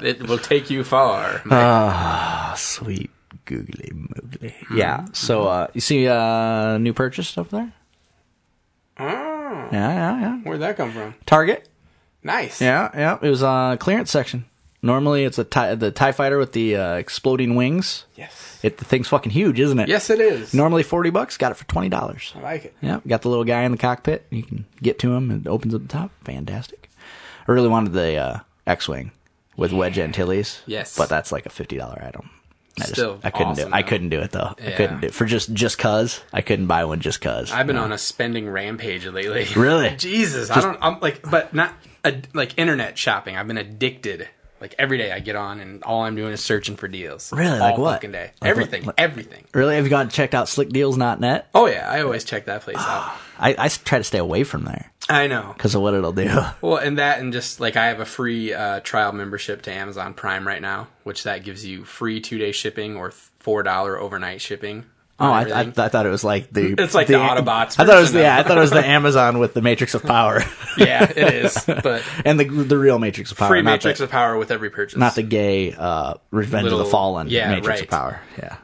[SPEAKER 8] It will take you far.
[SPEAKER 7] Sweet googly moogly. Yeah. So, uh, you see uh, new purchase up there?
[SPEAKER 8] oh,
[SPEAKER 7] Yeah, yeah, yeah.
[SPEAKER 8] where'd that come from?
[SPEAKER 7] Target?
[SPEAKER 8] Nice.
[SPEAKER 7] Yeah, yeah. It was uh, clearance section. Normally it's a tie, the TIE fighter with the uh, exploding wings.
[SPEAKER 8] Yes.
[SPEAKER 7] It, the thing's fucking huge, isn't it?
[SPEAKER 8] Yes, it is.
[SPEAKER 7] Normally 40 bucks, got it for $20.
[SPEAKER 8] I like it.
[SPEAKER 7] Yeah, got the little guy in the cockpit. You can get to him. and It opens up the top. Fantastic. I really wanted the uh, X-wing with Wedge Antilles.
[SPEAKER 8] Yes.
[SPEAKER 7] but that's like a fifty dollar item. I just,
[SPEAKER 8] Still
[SPEAKER 7] I couldn't
[SPEAKER 8] awesome,
[SPEAKER 7] do. It. I
[SPEAKER 8] though.
[SPEAKER 7] couldn't do it though. I
[SPEAKER 8] Yeah.
[SPEAKER 7] couldn't do it. for just just cause. I couldn't buy one just cause.
[SPEAKER 8] I've been on a spending rampage lately.
[SPEAKER 7] Really?
[SPEAKER 8] Jesus, I don't. I'm like, but not a, like internet shopping. I've been addicted. Like every day, I get on and all I'm doing is searching for deals.
[SPEAKER 7] Really?
[SPEAKER 8] All
[SPEAKER 7] Like what?
[SPEAKER 8] Fucking day.
[SPEAKER 7] Like what-
[SPEAKER 8] everything.
[SPEAKER 7] like-
[SPEAKER 8] everything.
[SPEAKER 7] Really, have you gone and checked out slickdeals.net?
[SPEAKER 8] Oh yeah, I always check that place out.
[SPEAKER 7] I, I s- try to stay away from there
[SPEAKER 8] I know.
[SPEAKER 7] because of what it'll do.
[SPEAKER 8] Well, and that, and just like I have a free uh, trial membership to Amazon Prime right now, which that gives you free two day shipping or four dollar overnight shipping.
[SPEAKER 7] Oh,
[SPEAKER 8] on
[SPEAKER 7] I, I,
[SPEAKER 8] everything.
[SPEAKER 7] I thought it was like the
[SPEAKER 8] It's like the Autobots
[SPEAKER 7] I thought it was
[SPEAKER 8] version
[SPEAKER 7] the, yeah, I
[SPEAKER 8] of-
[SPEAKER 7] thought it was the Amazon with the Matrix of Power
[SPEAKER 8] yeah, it is. But
[SPEAKER 7] and the the real Matrix of Power.
[SPEAKER 8] free
[SPEAKER 7] not
[SPEAKER 8] matrix
[SPEAKER 7] the,
[SPEAKER 8] of power with every purchase.
[SPEAKER 7] not the gay uh, Revenge of
[SPEAKER 8] Little-
[SPEAKER 7] the Fallen
[SPEAKER 8] yeah,
[SPEAKER 7] Matrix of
[SPEAKER 8] right.
[SPEAKER 7] Power. Yeah,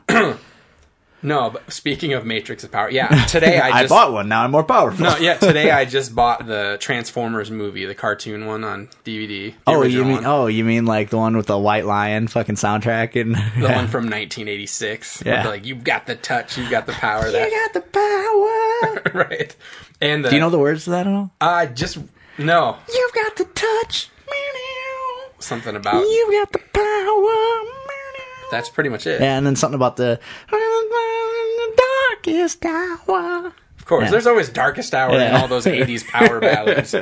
[SPEAKER 8] no. But speaking of matrix of power, yeah, today I,
[SPEAKER 7] I,
[SPEAKER 8] just
[SPEAKER 7] bought one. Now I'm more powerful.
[SPEAKER 8] No, yeah, today I just bought the Transformers movie, the cartoon one on DVD. the
[SPEAKER 7] oh, you
[SPEAKER 8] original
[SPEAKER 7] mean
[SPEAKER 8] one,
[SPEAKER 7] oh, you mean like the one with the White Lion fucking soundtrack and
[SPEAKER 8] the one from 1986?
[SPEAKER 7] Yeah.
[SPEAKER 8] With the, like you've got the touch, you've got the power.
[SPEAKER 7] I
[SPEAKER 8] That
[SPEAKER 7] got the power.
[SPEAKER 8] right. And the,
[SPEAKER 7] Do you know the words to that at all?
[SPEAKER 8] I just no
[SPEAKER 7] You've got the touch.
[SPEAKER 8] something about
[SPEAKER 7] You've got the power.
[SPEAKER 8] Uh, that's pretty much it.
[SPEAKER 7] Yeah, and then something about the dark darkest hour.
[SPEAKER 8] Of course, there's always darkest hour in
[SPEAKER 7] Yeah.
[SPEAKER 8] all those '80s power ballads,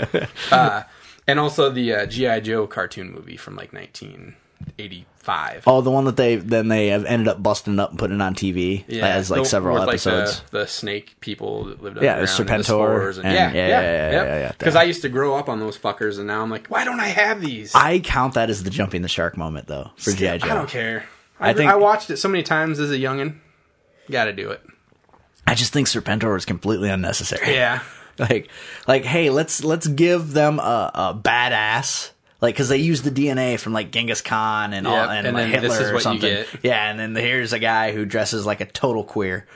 [SPEAKER 8] uh, and also the uh, GI Joe cartoon movie from like 1985.
[SPEAKER 7] Oh, the one that they then they have ended up busting up and putting on TV as like
[SPEAKER 8] the-
[SPEAKER 7] several
[SPEAKER 8] with, like, the-
[SPEAKER 7] episodes.
[SPEAKER 8] the, snake people that lived
[SPEAKER 7] Yeah,
[SPEAKER 8] underground.
[SPEAKER 7] Serpentor
[SPEAKER 8] Yeah, yeah,
[SPEAKER 7] and- yeah,
[SPEAKER 8] yeah,
[SPEAKER 7] yeah, yeah,
[SPEAKER 8] yeah,
[SPEAKER 7] yeah, yeah, yeah.
[SPEAKER 8] Because I used to grow up on those fuckers, and now I'm like, why don't I have these?
[SPEAKER 7] I count that as the jumping the shark moment though for GI Joe.
[SPEAKER 8] I don't care.
[SPEAKER 7] I
[SPEAKER 8] I,
[SPEAKER 7] think-
[SPEAKER 8] think I watched it so many times as a youngin. Got to do it.
[SPEAKER 7] I just think Serpentor is completely unnecessary.
[SPEAKER 8] Yeah.
[SPEAKER 7] like like hey let's let's give them a, a badass like because they use the DNA from like Genghis Khan and all
[SPEAKER 8] Yep,
[SPEAKER 7] and,
[SPEAKER 8] and
[SPEAKER 7] like
[SPEAKER 8] then
[SPEAKER 7] Hitler
[SPEAKER 8] this is
[SPEAKER 7] or
[SPEAKER 8] what you
[SPEAKER 7] something
[SPEAKER 8] get.
[SPEAKER 7] yeah and then here's a guy who dresses like a total queer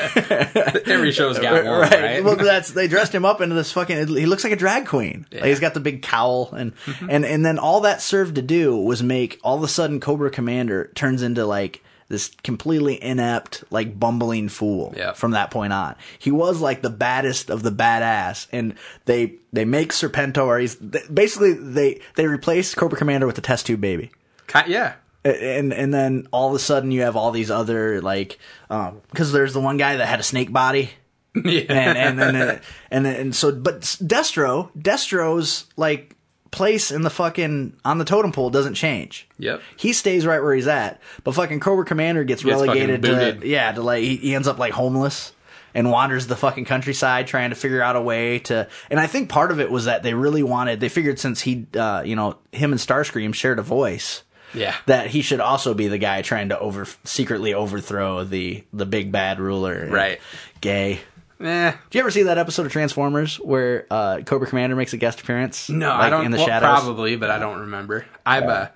[SPEAKER 8] Every show's got one, right?
[SPEAKER 7] well that's they dressed him up into this fucking he looks like a drag queen Like, he's got the big cowl and
[SPEAKER 8] Mm-hmm.
[SPEAKER 7] and and then all that served to do was make all of a sudden Cobra Commander turns into like this completely inept, like bumbling fool
[SPEAKER 8] Yeah.
[SPEAKER 7] from that point on. He was like the baddest of the badass, and they they make Serpentor. He's th- basically they they replace Cobra Commander with the test tube baby.
[SPEAKER 8] Ki- yeah.
[SPEAKER 7] And and then all of a sudden you have all these other like because there's the one guy that had a snake body
[SPEAKER 8] yeah.
[SPEAKER 7] and and and, and, and, and so but Destro Destro's like place in the fucking on the totem pole doesn't change.
[SPEAKER 8] Yep.
[SPEAKER 7] He stays right where he's at, but fucking Cobra Commander gets,
[SPEAKER 8] Gets fucking
[SPEAKER 7] relegated to
[SPEAKER 8] booted.
[SPEAKER 7] yeah to like he, he ends up like homeless and wanders the fucking countryside trying to figure out a way to. And I think part of it was that they really wanted they figured since he uh, you know him and Starscream shared a voice
[SPEAKER 8] Yeah.
[SPEAKER 7] that he should also be the guy trying to over secretly overthrow the the big bad ruler
[SPEAKER 8] Right.
[SPEAKER 7] gay
[SPEAKER 8] Eh.
[SPEAKER 7] do you ever see that episode of Transformers where uh, Cobra Commander makes a guest appearance?
[SPEAKER 8] No,
[SPEAKER 7] Like,
[SPEAKER 8] I don't.
[SPEAKER 7] In the
[SPEAKER 8] well,
[SPEAKER 7] shadows,
[SPEAKER 8] probably, but I don't remember. I've uh,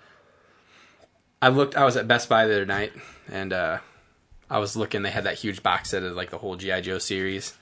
[SPEAKER 8] I looked. I was at Best Buy the other night, and uh, I was looking. They had that huge box set of like the whole GI Joe series,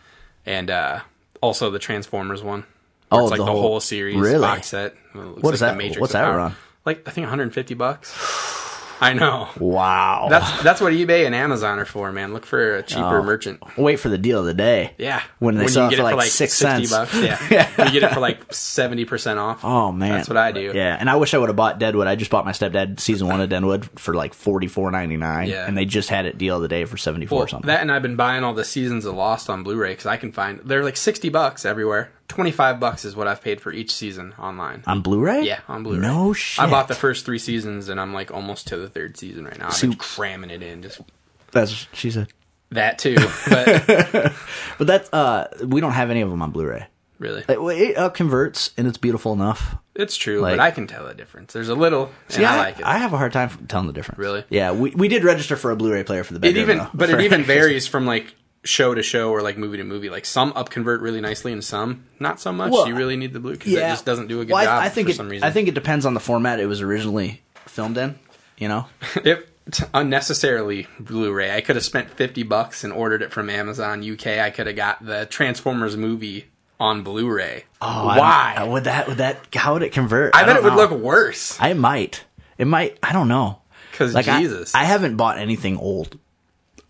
[SPEAKER 8] and uh, also the Transformers one. where
[SPEAKER 7] Oh,
[SPEAKER 8] it's like
[SPEAKER 7] the
[SPEAKER 8] the,
[SPEAKER 7] whole-
[SPEAKER 8] whole, series
[SPEAKER 7] really?
[SPEAKER 8] box set. Well, it looks
[SPEAKER 7] What is
[SPEAKER 8] like
[SPEAKER 7] that-
[SPEAKER 8] The Matrix
[SPEAKER 7] what's
[SPEAKER 8] of
[SPEAKER 7] that
[SPEAKER 8] Power.
[SPEAKER 7] run?
[SPEAKER 8] Like I think 150 bucks. I know.
[SPEAKER 7] Wow.
[SPEAKER 8] That's that's what eBay and Amazon are for, man. Look for a cheaper merchant.
[SPEAKER 7] Wait for the deal of the day.
[SPEAKER 8] Yeah,
[SPEAKER 7] When they
[SPEAKER 8] you
[SPEAKER 7] sell it
[SPEAKER 8] get
[SPEAKER 7] for like, six cents.
[SPEAKER 8] bucks. Yeah, you get it for like seventy percent off.
[SPEAKER 7] Oh man,
[SPEAKER 8] that's what I do.
[SPEAKER 7] Yeah, and I wish I would have bought Deadwood. I just bought my stepdad season one of Deadwood for like forty four ninety nine,
[SPEAKER 8] Yeah.
[SPEAKER 7] and they just had it deal of the day for seventy four
[SPEAKER 8] Well,
[SPEAKER 7] or something.
[SPEAKER 8] that and I've been buying all the seasons of Lost on Blu-ray because I can find they're like sixty bucks everywhere. Twenty-five bucks is what I've paid for each season online.
[SPEAKER 7] on Blu-ray?
[SPEAKER 8] yeah, on Blu-ray.
[SPEAKER 7] No shit.
[SPEAKER 8] I bought the first three seasons and I'm like almost to the third season right now. I'm
[SPEAKER 7] See-
[SPEAKER 8] just cramming it in, just
[SPEAKER 7] That's what she said.
[SPEAKER 8] that too. But
[SPEAKER 7] But that's uh, we don't have any of them on Blu-ray.
[SPEAKER 8] really,
[SPEAKER 7] It, it uh, converts and it's beautiful enough.
[SPEAKER 8] it's true.
[SPEAKER 7] Like-
[SPEAKER 8] but I can tell the difference. There's a little,
[SPEAKER 7] See,
[SPEAKER 8] and I,
[SPEAKER 7] I,
[SPEAKER 8] like it.
[SPEAKER 7] I have a hard time telling the difference.
[SPEAKER 8] Really?
[SPEAKER 7] Yeah, we, we did register for a Blu-ray player for the
[SPEAKER 8] it
[SPEAKER 7] bedroom.
[SPEAKER 8] even,
[SPEAKER 7] though.
[SPEAKER 8] but
[SPEAKER 7] For-
[SPEAKER 8] it even varies from like show to show or like movie to movie. Like some upconvert really nicely and some not so much.
[SPEAKER 7] Well,
[SPEAKER 8] you really need the blue because it just doesn't do a good
[SPEAKER 7] Well, I-
[SPEAKER 8] job
[SPEAKER 7] I, think
[SPEAKER 8] for
[SPEAKER 7] it,
[SPEAKER 8] some reason.
[SPEAKER 7] I think it depends on the format it was originally filmed in. You know,
[SPEAKER 8] it t- unnecessarily Blu-ray. I could have spent fifty bucks and ordered it from Amazon UK. I could have got the Transformers movie on Blu-ray. Oh,
[SPEAKER 7] I-
[SPEAKER 8] why?
[SPEAKER 7] I- would that would that how would it convert?
[SPEAKER 8] I, bet
[SPEAKER 7] don't
[SPEAKER 8] it would look
[SPEAKER 7] know.
[SPEAKER 8] worse.
[SPEAKER 7] I might. It might. I don't know.
[SPEAKER 8] 'Cause
[SPEAKER 7] I-
[SPEAKER 8] Jesus.
[SPEAKER 7] I, haven't bought anything old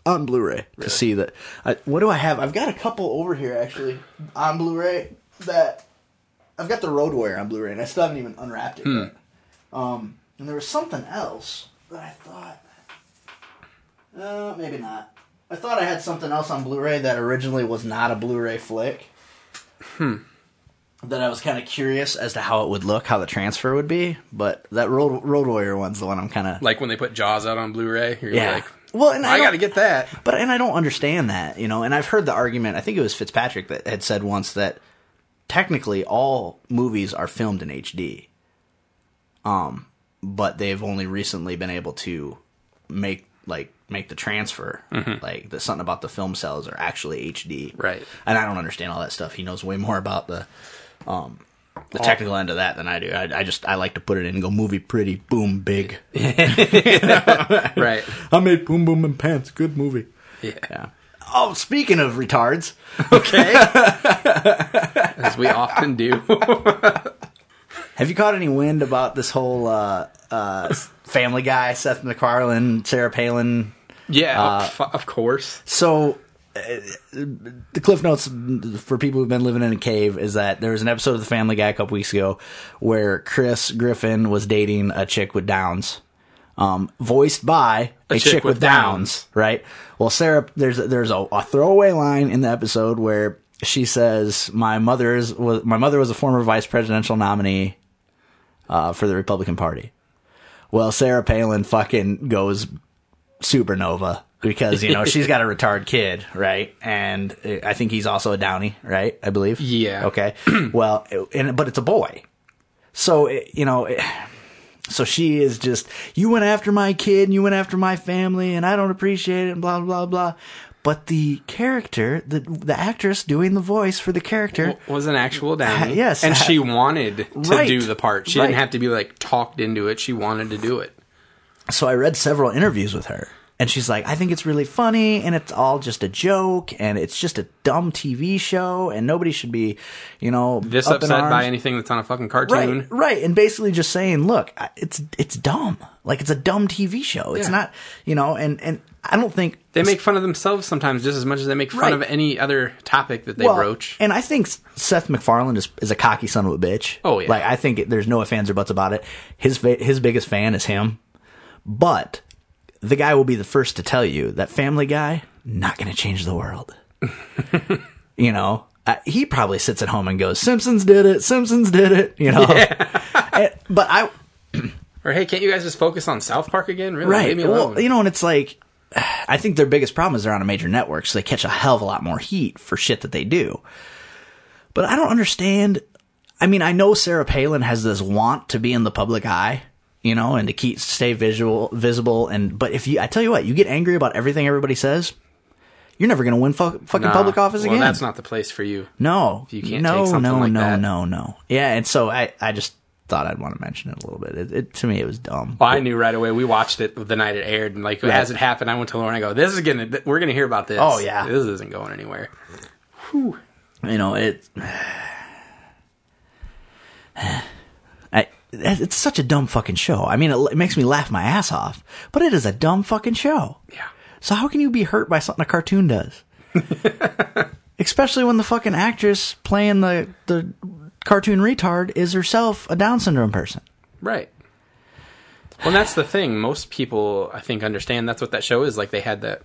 [SPEAKER 7] on Blu-ray to see that. I, what do I have? I've got a couple over here actually on Blu-ray that I've got the Road Warrior on Blu-ray and I still haven't even unwrapped it.
[SPEAKER 8] Hmm.
[SPEAKER 7] Yet. Um, and there was something else that I thought. Uh, maybe not. I thought I had something else on Blu-ray that originally was not a Blu-ray flick. Hmm. That I was kind of curious as to how it would look, how the transfer would be, but that Road, Road Warrior one's the one I'm kind of
[SPEAKER 8] like when they put Jaws out on Blu-ray, you're
[SPEAKER 7] yeah.
[SPEAKER 8] like,
[SPEAKER 7] well, and I,
[SPEAKER 8] I,
[SPEAKER 7] don't-
[SPEAKER 8] got to get that.
[SPEAKER 7] but and I don't understand that, you know. And I've heard the argument. I think it was Fitzpatrick that had said once that technically all movies are filmed in HD, um, but they've only recently been able to make like make the transfer, like that something about the film cells are actually HD,
[SPEAKER 8] Right.
[SPEAKER 7] And I don't understand all that stuff. He knows way more about the. Um, the technical end of that than I do. I, I just I like to put it in and go movie pretty boom big.
[SPEAKER 8] Right?
[SPEAKER 7] I made Boom Boom and Pants. Good movie.
[SPEAKER 8] Yeah.
[SPEAKER 7] Oh, speaking of retards,
[SPEAKER 8] As we often do.
[SPEAKER 7] have you caught any wind about this whole uh, uh, Family Guy, Seth MacFarlane, Sarah Palin?
[SPEAKER 8] yeah, of, of course.
[SPEAKER 7] So, uh, the cliff notes for people who've been living in a cave is that there was an episode of The Family Guy a couple weeks ago where Chris Griffin was dating a chick with Downs. um, voiced by a, chick, with, downs, right? Well, Sarah, there's there's a, a throwaway line in the episode where she says, "My mother's was my mother was a former vice presidential nominee uh, for the Republican Party." Well, Sarah Palin fucking goes supernova because you know she's got a retarded kid, right? And uh, I think he's also a Downy, right? I believe.
[SPEAKER 8] Yeah.
[SPEAKER 7] Okay. well, it- and but it's a boy, so it, you know. It, so she is just, you went after my kid and you went after my family and I don't appreciate it and blah, blah, blah. But the character, the, the actress doing the voice for the character,
[SPEAKER 8] was an actual Downey.
[SPEAKER 7] Yes.
[SPEAKER 8] and she wanted to
[SPEAKER 7] Right.
[SPEAKER 8] do the part. She
[SPEAKER 7] Right.
[SPEAKER 8] didn't have to be like talked into it. She wanted to do it.
[SPEAKER 7] so I read several interviews with her. And she's like, I think it's really funny and it's all just a joke and it's just a dumb TV show and nobody should be, you know,
[SPEAKER 8] This
[SPEAKER 7] up in
[SPEAKER 8] upset by
[SPEAKER 7] arms."
[SPEAKER 8] anything that's on a fucking
[SPEAKER 7] Right,
[SPEAKER 8] cartoon.
[SPEAKER 7] right, and basically just saying, look, I- it's it's dumb. Like it's a dumb TV show. It's
[SPEAKER 8] Yeah.
[SPEAKER 7] not, you know, and and I don't think
[SPEAKER 8] They make fun of themselves sometimes just as much as they make fun
[SPEAKER 7] Right.
[SPEAKER 8] of any other topic that they broach.
[SPEAKER 7] And I think Seth MacFarlane is, is a cocky son of a bitch.
[SPEAKER 8] Oh, yeah.
[SPEAKER 7] Like I think it, there's no ifs ands or buts about it. His fa- his biggest fan is him, but the guy will be the first to tell you that Family Guy not going to change the world. you know. Uh, he probably sits at home and goes, "Simpsons did it. Simpsons did it." You know, And- but I
[SPEAKER 8] Or hey, can't you guys just focus on South Park again? Really?
[SPEAKER 7] right.
[SPEAKER 8] Leave me alone.
[SPEAKER 7] Well, you know, and it's like I think their biggest problem is they're on a major network, so they catch a hell of a lot more heat for shit that they do. But I don't understand. I mean, I know Sarah Palin has this want to be in the public eye, you know, and to keep stay visual visible. And but if you, I tell you what, you get angry about everything everybody says, you're never going to win fu- fucking
[SPEAKER 8] Nah.
[SPEAKER 7] public office
[SPEAKER 8] Well,
[SPEAKER 7] again.
[SPEAKER 8] That's not the place for you.
[SPEAKER 7] No,
[SPEAKER 8] you can't
[SPEAKER 7] no,
[SPEAKER 8] take something
[SPEAKER 7] no,
[SPEAKER 8] like
[SPEAKER 7] no,
[SPEAKER 8] that.
[SPEAKER 7] no, no. Yeah, and so I, I just thought I'd want to mention it a little bit. It, it to me, it was dumb.
[SPEAKER 8] Well, I knew right away. We watched it the night it aired, and like as it happened, I went to Lauren. I go, "This is gonna. th- We're gonna hear about this.
[SPEAKER 7] Oh, yeah.
[SPEAKER 8] this isn't going anywhere."
[SPEAKER 7] you know it I, it's such a dumb fucking show i mean it, it makes me laugh my ass off but it is a dumb fucking show
[SPEAKER 8] Yeah.
[SPEAKER 7] so how can you be hurt by something a cartoon does especially when the fucking actress playing the the cartoon retard is herself a down syndrome person
[SPEAKER 8] Right. Well, that's the thing. Most people, I think, understand that's what that show is. Like they had that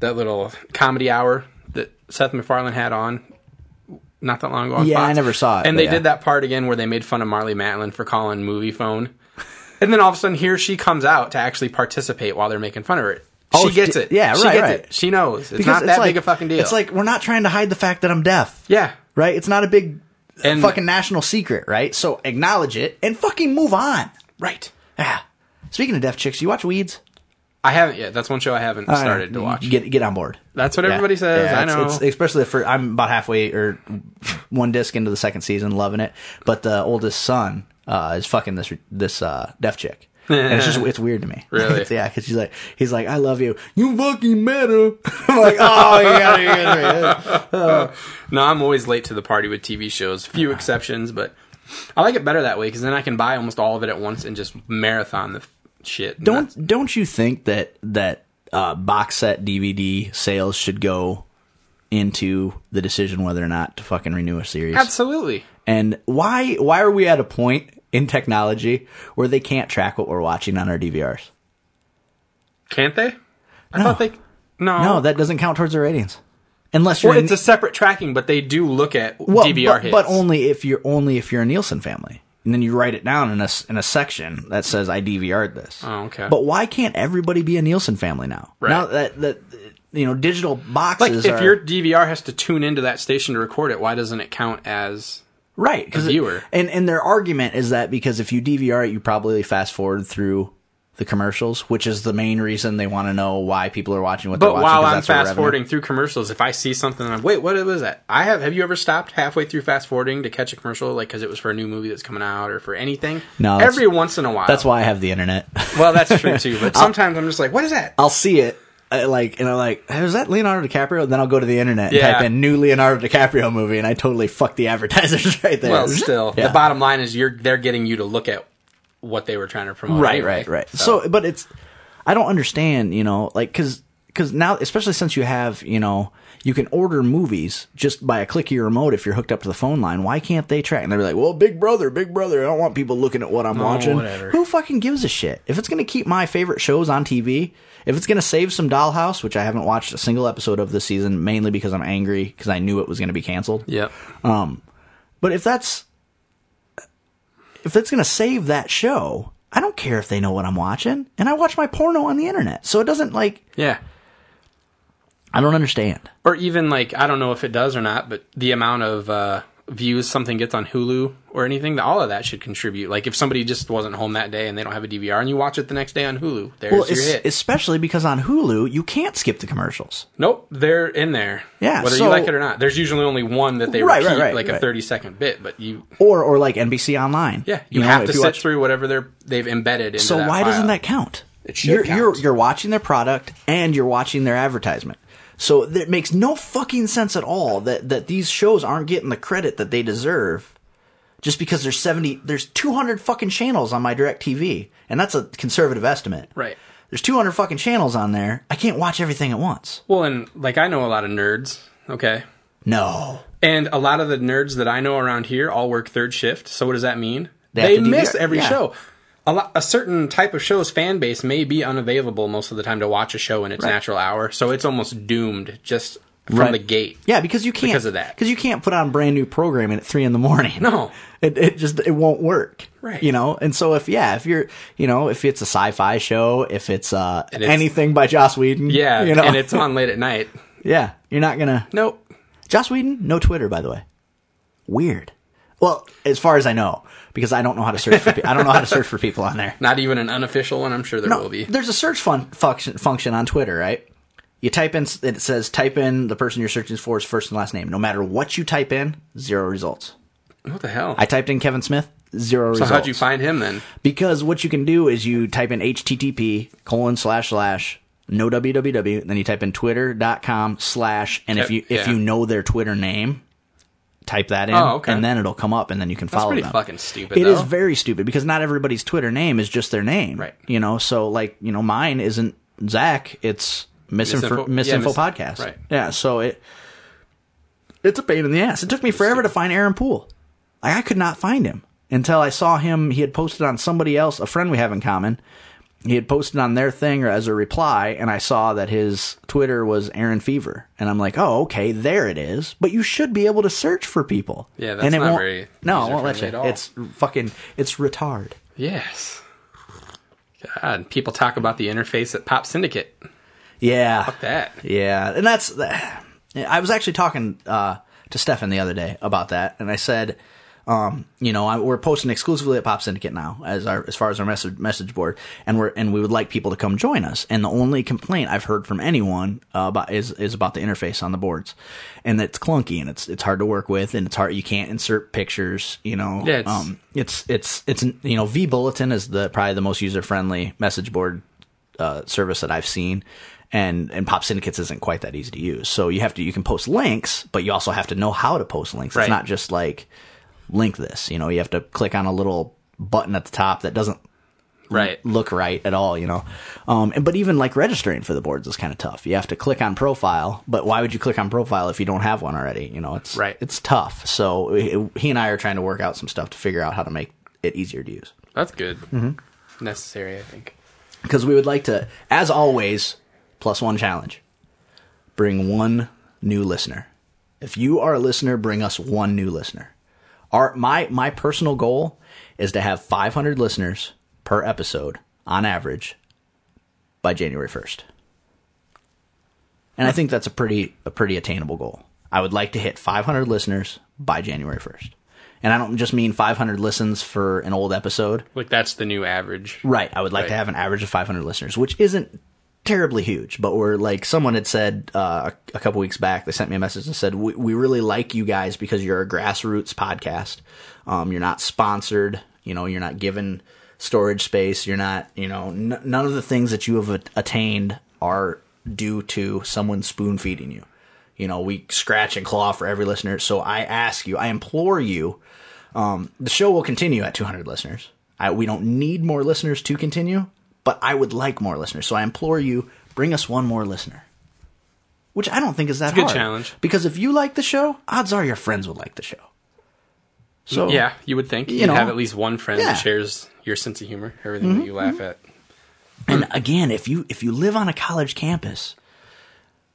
[SPEAKER 8] that little comedy hour that Seth MacFarlane had on not that long ago. On
[SPEAKER 7] Yeah, I
[SPEAKER 8] Fox.
[SPEAKER 7] never saw it,
[SPEAKER 8] And
[SPEAKER 7] but
[SPEAKER 8] they
[SPEAKER 7] yeah.
[SPEAKER 8] did that part again where they made fun of Marley Matlin for calling movie phone, and then all of a sudden here she comes out to actually participate while they're making fun of it.
[SPEAKER 7] Oh,
[SPEAKER 8] she gets
[SPEAKER 7] d-
[SPEAKER 8] it.
[SPEAKER 7] yeah,
[SPEAKER 8] she
[SPEAKER 7] right,
[SPEAKER 8] gets
[SPEAKER 7] right.
[SPEAKER 8] It. She knows it's not that big a fucking deal.
[SPEAKER 7] it's like we're not trying to hide the fact that i'm deaf
[SPEAKER 8] yeah,
[SPEAKER 7] right it's not a big
[SPEAKER 8] And-
[SPEAKER 7] fucking national secret right so acknowledge it and fucking move on
[SPEAKER 8] right.
[SPEAKER 7] Ah. Speaking of deaf chicks, you watch Weeds?
[SPEAKER 8] I haven't yet. That's one show I haven't started to
[SPEAKER 7] You
[SPEAKER 8] watch.
[SPEAKER 7] Get get on board.
[SPEAKER 8] That's what everybody says. I
[SPEAKER 7] it's-
[SPEAKER 8] know.
[SPEAKER 7] it's- especially for I'm about halfway or one disc into the second season, loving it. But the oldest son uh, is fucking this this uh, deaf chick. and it's just it's weird to me.
[SPEAKER 8] Really?
[SPEAKER 7] It's- yeah, because she's like he's like I love you. You fucking met her. I'm like oh you gotta, you gotta be-
[SPEAKER 8] No, I'm always late to the party with TV shows. Few exceptions, but I like it better that way because then I can buy almost all of it at once and just marathon the f- shit. And that's-
[SPEAKER 7] Don't don't you think that that uh, box set DVD sales should go into the decision whether or not to fucking renew a series?
[SPEAKER 8] Absolutely.
[SPEAKER 7] And why why are we at a point in technology where they can't track what we're watching on our DVRs?
[SPEAKER 8] Can't they? I thought they. No.
[SPEAKER 7] No, that doesn't count towards the ratings. Unless you're
[SPEAKER 8] Well, it's
[SPEAKER 7] in-
[SPEAKER 8] a separate tracking, but they do look at
[SPEAKER 7] well,
[SPEAKER 8] DVR
[SPEAKER 7] but,
[SPEAKER 8] hits.
[SPEAKER 7] but only if you're only if you're a Nielsen family. And then you write it down in a s- in a section that says I DVR'd this.
[SPEAKER 8] Oh, okay.
[SPEAKER 7] But why can't everybody be a Nielsen family now?
[SPEAKER 8] Right.
[SPEAKER 7] Now that that you know digital
[SPEAKER 8] like,
[SPEAKER 7] boxes
[SPEAKER 8] if
[SPEAKER 7] are
[SPEAKER 8] your DVR has to tune into that station to record it, why doesn't it count as?
[SPEAKER 7] right because
[SPEAKER 8] a viewer.
[SPEAKER 7] and and their argument is that because if you DVR it, you probably fast forward through the commercials, which is the main reason they want to know why people are watching what they're
[SPEAKER 8] But
[SPEAKER 7] watching.
[SPEAKER 8] while
[SPEAKER 7] 'cause
[SPEAKER 8] I'm
[SPEAKER 7] that's where
[SPEAKER 8] fast
[SPEAKER 7] revenue-
[SPEAKER 8] forwarding through commercials, if I see something, and I'm wait, what was that? I have. Have you ever stopped halfway through fast forwarding to catch a commercial, like because it was for a new movie that's coming out or for anything?
[SPEAKER 7] No, that's-
[SPEAKER 8] every once in a while.
[SPEAKER 7] That's why I have the internet.
[SPEAKER 8] Well, that's true too. But sometimes I'm just like, what is that?
[SPEAKER 7] I'll see it. uh, Like and I'm like, "Hey, was that Leonardo DiCaprio? And then I'll go to the internet and
[SPEAKER 8] Yeah.
[SPEAKER 7] type in new Leonardo DiCaprio movie, and I totally fuck the advertisers right there.
[SPEAKER 8] Well, still,
[SPEAKER 7] Yeah.
[SPEAKER 8] the bottom line is you're they're getting you to look at what they were trying to promote.
[SPEAKER 7] right,
[SPEAKER 8] anyway.
[SPEAKER 7] right, right. So, but it's I don't understand, you know, like because because now, especially since you have, you know, you can order movies just by a click of your remote if you're hooked up to the phone line. Why can't they track? And they're like, well, Big Brother, Big Brother. I don't want people looking at what I'm watching.
[SPEAKER 8] whatever.
[SPEAKER 7] Who fucking gives a shit? If it's going to keep my favorite shows on TV, if it's going to save some Dollhouse, which I haven't watched a single episode of this season, mainly because I'm angry because I knew it was going to be canceled.
[SPEAKER 8] Yep.
[SPEAKER 7] But if that's if that's going to save that show, I don't care if they know what I'm watching, and I watch my porno on the internet, so it doesn't like
[SPEAKER 8] Yeah.
[SPEAKER 7] I don't understand.
[SPEAKER 8] Or even like I don't know if it does or not, but the amount of uh, views something gets on Hulu or anything, that all of that should contribute. Like if somebody just wasn't home that day and they don't have a DVR and you watch it the next day on Hulu, there's
[SPEAKER 7] Well,
[SPEAKER 8] your
[SPEAKER 7] es-
[SPEAKER 8] hit.
[SPEAKER 7] especially because on Hulu you can't skip the commercials.
[SPEAKER 8] nope, they're in there.
[SPEAKER 7] Yeah,
[SPEAKER 8] whether
[SPEAKER 7] so-
[SPEAKER 8] you like it or not. There's usually only one that they
[SPEAKER 7] Right,
[SPEAKER 8] repeat,
[SPEAKER 7] right, right,
[SPEAKER 8] like
[SPEAKER 7] right.
[SPEAKER 8] a 30 second bit, but you
[SPEAKER 7] Or or like NBC Online.
[SPEAKER 8] yeah, you,
[SPEAKER 7] know,
[SPEAKER 8] have
[SPEAKER 7] if
[SPEAKER 8] to sit
[SPEAKER 7] watch-
[SPEAKER 8] through whatever they're they've embedded. Into
[SPEAKER 7] So
[SPEAKER 8] that
[SPEAKER 7] why doesn't
[SPEAKER 8] file.
[SPEAKER 7] that count? It
[SPEAKER 5] should
[SPEAKER 7] you're,
[SPEAKER 5] count.
[SPEAKER 7] You're you're watching their product and you're watching their advertisement. So it makes no fucking sense at all that that these shows aren't getting the credit that they deserve just because there's 70 there's 200 fucking channels on my direct TV and that's a conservative estimate.
[SPEAKER 8] Right.
[SPEAKER 7] There's 200 fucking channels on there. I can't watch everything at once.
[SPEAKER 8] Well, and like I know a lot of nerds, okay?
[SPEAKER 7] No.
[SPEAKER 8] And a lot of the nerds that I know around here all work third shift. So what does that mean?
[SPEAKER 7] They
[SPEAKER 8] They,
[SPEAKER 7] have to
[SPEAKER 8] miss
[SPEAKER 7] DVR
[SPEAKER 8] every
[SPEAKER 7] yeah.
[SPEAKER 8] show. A, lot, a certain type of show's fan base may be unavailable most of the time to watch a show in its natural hour, so it's almost doomed just from
[SPEAKER 7] Right.
[SPEAKER 8] the gate.
[SPEAKER 7] Yeah, because you can't
[SPEAKER 8] Because of that.
[SPEAKER 7] Because you can't put on brand new programming at three in the morning.
[SPEAKER 8] No.
[SPEAKER 7] it it just it won't work.
[SPEAKER 8] Right.
[SPEAKER 7] You know, and so if yeah, if you're you know if it's a sci-fi show, if it's uh
[SPEAKER 8] it's-
[SPEAKER 7] anything by Joss Whedon,
[SPEAKER 8] Yeah,
[SPEAKER 7] you know,
[SPEAKER 8] and it's on late at night.
[SPEAKER 7] yeah, you're not gonna
[SPEAKER 8] Nope.
[SPEAKER 7] Joss Whedon, no Twitter by the way. Weird. Well, as far as I know, because I don't know how to search for pe- I don't know how to search for people on there.
[SPEAKER 8] Not even an unofficial one. I'm sure there will be.
[SPEAKER 7] There's a search fun- function function on Twitter, right? You type in, it says type in the person you're searching for's first and last name. No matter what you type in, zero results.
[SPEAKER 8] What the hell?
[SPEAKER 7] I typed in Kevin Smith, zero
[SPEAKER 8] so
[SPEAKER 7] results.
[SPEAKER 8] how'd you find him then?
[SPEAKER 7] Because what you can do is you type in HTTP colon slash slash no www, and then you type in twitter.com slash, and if
[SPEAKER 8] Yep,
[SPEAKER 7] you if
[SPEAKER 8] yeah.
[SPEAKER 7] you know their Twitter name, type that in,
[SPEAKER 8] Oh, okay.
[SPEAKER 7] and then it'll come up, and then you can
[SPEAKER 8] That's
[SPEAKER 7] follow
[SPEAKER 8] pretty
[SPEAKER 7] them.
[SPEAKER 8] fucking stupid.
[SPEAKER 7] It
[SPEAKER 8] though.
[SPEAKER 7] is very stupid because not everybody's Twitter name is just their name,
[SPEAKER 8] Right.
[SPEAKER 7] You know, so like you know, mine isn't Zach; it's misinfo,
[SPEAKER 8] Misinfo-
[SPEAKER 7] misinfo
[SPEAKER 8] yeah, mis-
[SPEAKER 7] podcast,
[SPEAKER 8] right.
[SPEAKER 7] Yeah, so it it's a pain in the ass. It took me forever to find Aaron Poole. Like I could not find him until I saw him. He had posted on somebody else, a friend we have in common. He had posted on their thing or as a reply, and I saw that his Twitter was Aaron Fever, and I'm like, oh, okay, there it is. But you should be able to search for people.
[SPEAKER 8] Yeah, that's
[SPEAKER 7] and it
[SPEAKER 8] not
[SPEAKER 7] won't,
[SPEAKER 8] very
[SPEAKER 7] No, it
[SPEAKER 8] user-friendly
[SPEAKER 7] won't let you.
[SPEAKER 8] at all.
[SPEAKER 7] It's fucking. It's retard.
[SPEAKER 8] Yes. God, people talk about the interface at Pop Syndicate.
[SPEAKER 7] Yeah.
[SPEAKER 8] That.
[SPEAKER 7] Yeah, and that's. I was actually talking uh, to Stefan the other day about that, and I said, um, you know, I, we're posting exclusively at Pop Syndicate now as our as far as our message message board, and we're and we would like people to come join us. And the only complaint I've heard from anyone uh, about is is about the interface on the boards, and it's clunky and it's it's hard to work with, and it's hard you can't insert pictures, you know.
[SPEAKER 8] Yeah, it's-
[SPEAKER 7] um, it's it's it's you know V Bulletin is the probably the most user friendly message board uh, service that I've seen, and and Pop Syndicates isn't quite that easy to use. So you have to you can post links, but you also have to know how to post links. It's
[SPEAKER 8] Right.
[SPEAKER 7] not just like link this. You know, you have to click on a little button at the top that doesn't
[SPEAKER 8] Right.
[SPEAKER 7] look right at all, you know. Um, and, but even like registering for the boards is kind of tough. You have to click on profile, but why would you click on profile if you don't have one already? You know, it's
[SPEAKER 8] Right.
[SPEAKER 7] It's tough. So it- he and I are trying to work out some stuff to figure out how to make it easier to use
[SPEAKER 8] That's good.
[SPEAKER 7] Mm-hmm.
[SPEAKER 8] Necessary, I think.
[SPEAKER 7] because we would like to, as always, plus one challenge: bring one new listener. If you are a listener, bring us one new listener. Our my my personal goal is to have 500 listeners per episode on average by January 1st. And I think that's a pretty a pretty attainable goal. I would like to hit 500 listeners by January 1st. And I don't just mean 500 listens for an old episode.
[SPEAKER 8] Like that's the new average.
[SPEAKER 7] Right. I would like to
[SPEAKER 8] Right.
[SPEAKER 7] have an average of 500 listeners, which isn't terribly huge, but we're like, someone had said uh, a, a couple weeks back, they sent me a message and said, we, we really like you guys because you're a grassroots podcast. Um, you're not sponsored. You know, you're not given storage space. You're not, you know, n- none of the things that you have a- attained are due to someone spoon feeding you. You know, we scratch and claw for every listener. So I ask you, I implore you, the show will continue at 200 listeners. I, we don't need more listeners to continue, but I would like more listeners. So I implore you, bring us one more listener. which I don't think is that
[SPEAKER 8] a good
[SPEAKER 7] hard.
[SPEAKER 8] challenge.
[SPEAKER 7] Because if you like the show, odds are your friends would like the show. So
[SPEAKER 8] Yeah, you would think you would
[SPEAKER 7] know.
[SPEAKER 8] have at least one friend
[SPEAKER 7] Yeah. Mm-hmm.
[SPEAKER 8] that shares your sense of humor, everything that you laugh at.
[SPEAKER 7] and again, if you if you live on a college campus,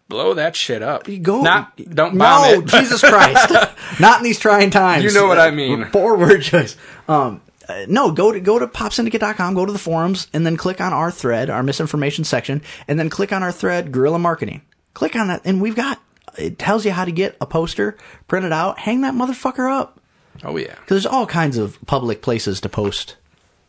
[SPEAKER 8] Blow that shit up.
[SPEAKER 7] you go
[SPEAKER 8] Not don't bomb
[SPEAKER 7] no,
[SPEAKER 8] it.
[SPEAKER 7] Jesus Christ, not in these trying times.
[SPEAKER 8] You know what I mean.
[SPEAKER 7] Poor word choice. Um, uh, no, go to go to popsyndicate.com, go to the forums, and then click on our thread, our misinformation section, and then click on our thread, guerrilla marketing. Click on that, and we've got it tells you how to get a poster, print it out, hang that motherfucker up.
[SPEAKER 8] oh yeah.
[SPEAKER 7] because there's all kinds of public places to post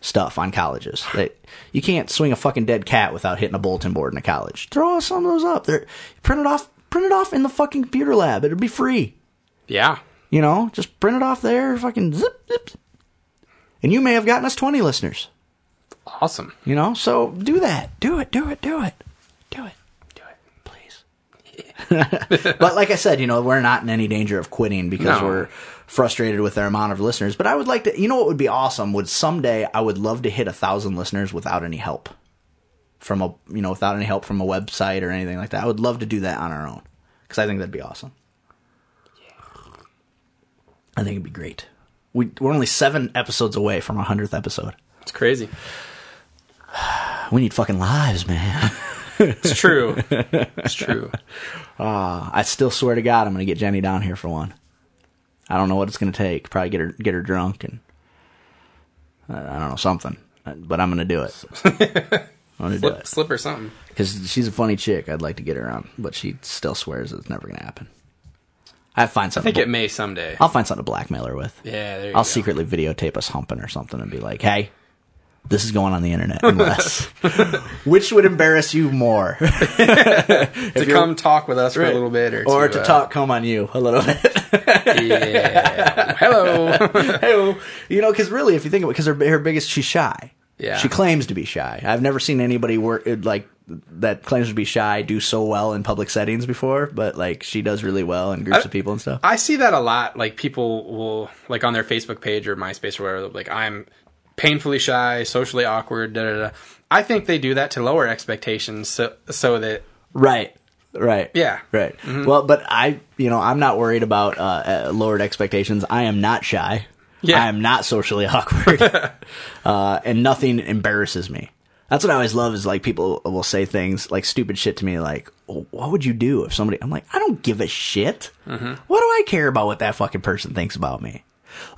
[SPEAKER 7] stuff on colleges that you can't swing a fucking dead cat without hitting a bulletin board in a college. Throw some of those up. There, print it off. Print it off in the fucking computer lab. It'd be free.
[SPEAKER 8] Yeah.
[SPEAKER 7] You know, just print it off there. Fucking zip, zip. zip. And you may have gotten us 20 listeners.
[SPEAKER 8] Awesome.
[SPEAKER 7] You know, so do that. Do it. Do it. Do it. Do it. Do it. Please. but like I said, you know, we're not in any danger of quitting because
[SPEAKER 8] No.
[SPEAKER 7] we're frustrated with our amount of listeners. But I would like to, you know, what would be awesome would someday I would love to hit a thousand listeners without any help from a, you know, without any help from a website or anything like that. I would love to do that on our own because I think that'd be awesome. I think it'd be great. We, we're only seven episodes away from our hundredth episode.
[SPEAKER 8] It's crazy.
[SPEAKER 7] We need fucking lives, man.
[SPEAKER 8] It's true. it's true.
[SPEAKER 7] I still swear to God, I'm gonna get Jenny down here for one. I don't know what it's gonna take. Probably get her get her drunk and I I don't know something, Uh, but I'm gonna do it. I'm gonna do
[SPEAKER 8] Slip,
[SPEAKER 7] it
[SPEAKER 8] slip or something.
[SPEAKER 7] because she's a funny chick. I'd like to get her on, but she still swears it's never gonna happen. I find
[SPEAKER 8] I
[SPEAKER 7] something.
[SPEAKER 8] think it may someday.
[SPEAKER 7] I'll find something to blackmail her with.
[SPEAKER 8] yeah. There you
[SPEAKER 7] I'll
[SPEAKER 8] go.
[SPEAKER 7] secretly videotape us humping or something and be like, "Hey, this is going on the internet." Unless, which would embarrass you more?
[SPEAKER 8] to come talk with us for a little bit, or,
[SPEAKER 7] or to
[SPEAKER 8] uh,
[SPEAKER 7] talk come on you a little bit.
[SPEAKER 8] Yeah. Hello.
[SPEAKER 7] Hey-o. you know, because really, if you think about, because her her biggest, she's shy.
[SPEAKER 8] Yeah.
[SPEAKER 7] she claims to be shy. I've never seen anybody work it, like that claims to be shy do so well in public settings before. But like, she does really well in groups of people and stuff.
[SPEAKER 8] I see that a lot. Like people will like on their Facebook page or MySpace or whatever. they'll be Like I'm painfully shy, socially awkward. Da da da. I think they do that to lower expectations, so so that
[SPEAKER 7] right. Right.
[SPEAKER 8] Yeah. Mm-hmm.
[SPEAKER 7] Right. Well, but I, you know, I'm not worried about uh, uh, lowered expectations. I am not shy.
[SPEAKER 8] Yeah.
[SPEAKER 7] I am not socially awkward, uh, and nothing embarrasses me. That's what I always love is like people will say things like stupid shit to me, like, "Oh, "What would you do if somebody?" I'm like, "I don't give a shit.
[SPEAKER 8] Mm-hmm.
[SPEAKER 7] What do I care about what that fucking person thinks about me?"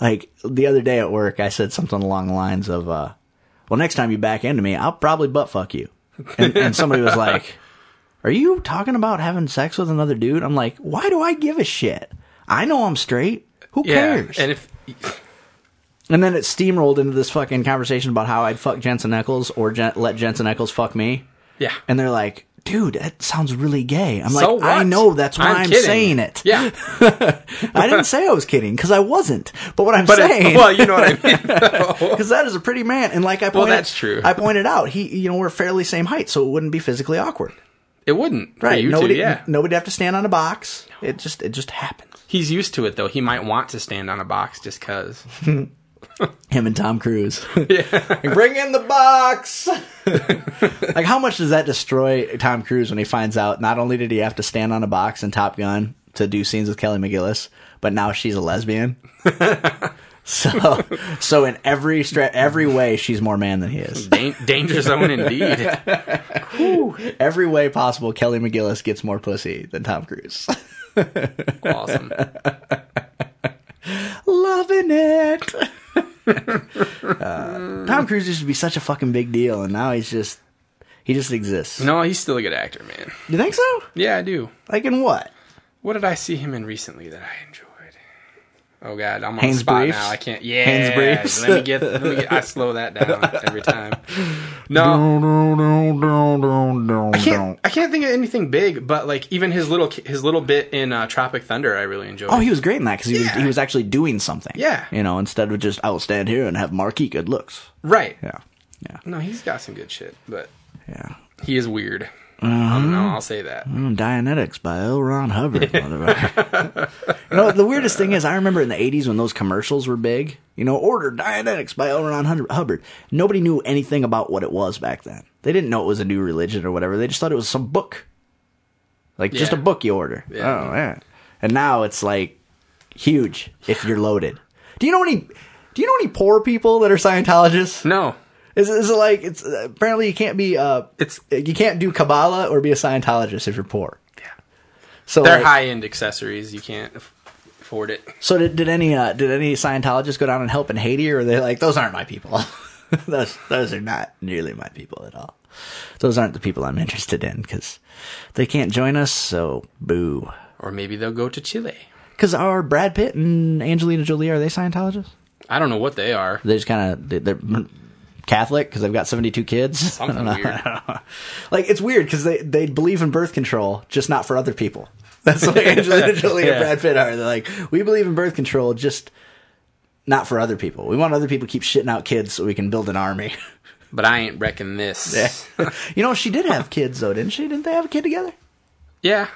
[SPEAKER 7] Like the other day at work, I said something along the lines of, uh, "Well, next time you back into me, I'll probably butt fuck you," and, and somebody was like. Are you talking about having sex with another dude? I'm like, why do I give a shit? I know I'm straight. Who
[SPEAKER 8] yeah.
[SPEAKER 7] cares?
[SPEAKER 8] And if
[SPEAKER 7] And then it steamrolled into this fucking conversation about how I'd fuck Jensen Eccles or Jen- let Jensen Eccles fuck me.
[SPEAKER 8] yeah.
[SPEAKER 7] And they're like, dude, that sounds really gay. I'm
[SPEAKER 8] So
[SPEAKER 7] like, I
[SPEAKER 8] what?
[SPEAKER 7] know that's why
[SPEAKER 8] I'm
[SPEAKER 7] I'm,
[SPEAKER 8] kidding."
[SPEAKER 7] saying it.
[SPEAKER 8] yeah,
[SPEAKER 7] I didn't say I was kidding because I wasn't. But what I'm
[SPEAKER 8] but it-
[SPEAKER 7] saying,
[SPEAKER 8] well, you know what I mean. though.
[SPEAKER 7] because that is a pretty man, and like I pointed,
[SPEAKER 8] that's true.
[SPEAKER 7] I pointed out he, you know, we're fairly same height, so it wouldn't be physically awkward,
[SPEAKER 8] It wouldn't, for
[SPEAKER 7] right?
[SPEAKER 8] You
[SPEAKER 7] nobody,
[SPEAKER 8] two, yeah.
[SPEAKER 7] nobody'd have to stand on a box. It just, it just happens.
[SPEAKER 8] He's used to it though. He might want to stand on a box just cause.
[SPEAKER 7] Him and Tom Cruise. Bring in the box. like, how much does that destroy Tom Cruise when he finds out not only did he have to stand on a box in Top Gun to do scenes with Kelly McGillis, but now she's a lesbian. so, so in every stra- every way, she's more man than he is.
[SPEAKER 8] Dan- danger zone indeed.
[SPEAKER 7] Every way possible, Kelly McGillis gets more pussy than Tom Cruise.
[SPEAKER 8] Awesome.
[SPEAKER 7] Loving it. Uh, Tom Cruise used to be such a fucking big deal, and now he's just he just exists.
[SPEAKER 8] No, he's still a good actor, man.
[SPEAKER 7] You think so?
[SPEAKER 8] Yeah, I do.
[SPEAKER 7] Like in what?
[SPEAKER 8] What did I see him in recently that I enjoyed? Oh God, I'm on
[SPEAKER 7] Hanes
[SPEAKER 8] the spot
[SPEAKER 7] Briefs?
[SPEAKER 8] now. I can't. Yeah,
[SPEAKER 7] Hanes Briefs?
[SPEAKER 8] Let me get. Let me get. I slow that down every time. No, I can't. I can't think of anything big, but like even his little his little bit in uh, Tropic Thunder, I really enjoyed.
[SPEAKER 7] Oh, he was great in that because he was
[SPEAKER 8] Yeah.
[SPEAKER 7] he was actually doing something.
[SPEAKER 8] Yeah.
[SPEAKER 7] you know, instead of just I will stand here and have marquee good looks.
[SPEAKER 8] right.
[SPEAKER 7] Yeah, yeah,
[SPEAKER 8] No, he's got some good shit, but
[SPEAKER 7] yeah.
[SPEAKER 8] he is weird.
[SPEAKER 7] Mm-hmm.
[SPEAKER 8] I don't know. I'll say that.
[SPEAKER 7] Mm, Dianetics by L. Ron Hubbard, motherfucker. you know, the weirdest thing is I remember in the '80s when those commercials were big. You know, order Dianetics by L. Ron Hun- Hubbard. Nobody knew anything about what it was back then. They didn't know it was a new religion or whatever. They just thought it was some book. Like just a
[SPEAKER 8] Yeah.
[SPEAKER 7] book you order. Oh, yeah. And now it's like huge if you're loaded. Do you know any? Do you know any poor people that are Scientologists?
[SPEAKER 8] No,
[SPEAKER 7] Is, is it like it's apparently you can't be uh
[SPEAKER 8] it's
[SPEAKER 7] you can't do Kabbalah or be a Scientologist if you're poor. Yeah. So
[SPEAKER 8] they're
[SPEAKER 7] like-
[SPEAKER 8] high end accessories. You can't aff- afford it.
[SPEAKER 7] So did, did any uh, did any Scientologists go down and help in Haiti, or are they like those aren't my people? those those are not nearly my people at all. Those aren't the people I'm interested in because they can't join us. So boo.
[SPEAKER 8] Or maybe they'll go to Chile.
[SPEAKER 7] Because are Brad Pitt and Angelina Jolie are they Scientologists?
[SPEAKER 8] I don't know what they are.
[SPEAKER 7] They just kind of they're Catholic because they've got 72 kids.
[SPEAKER 8] Something weird.
[SPEAKER 7] like it's weird because they they believe in birth control, just not for other people. That's what Angelina Jolie and
[SPEAKER 8] Yeah.
[SPEAKER 7] Brad Pitt are. They're like, we believe in birth control, just not for other people. We want other people to keep shitting out kids so we can build an army.
[SPEAKER 8] But I ain't wrecking this.
[SPEAKER 7] you know, she did have kids though, didn't she? Didn't they have a kid together?
[SPEAKER 8] Yeah.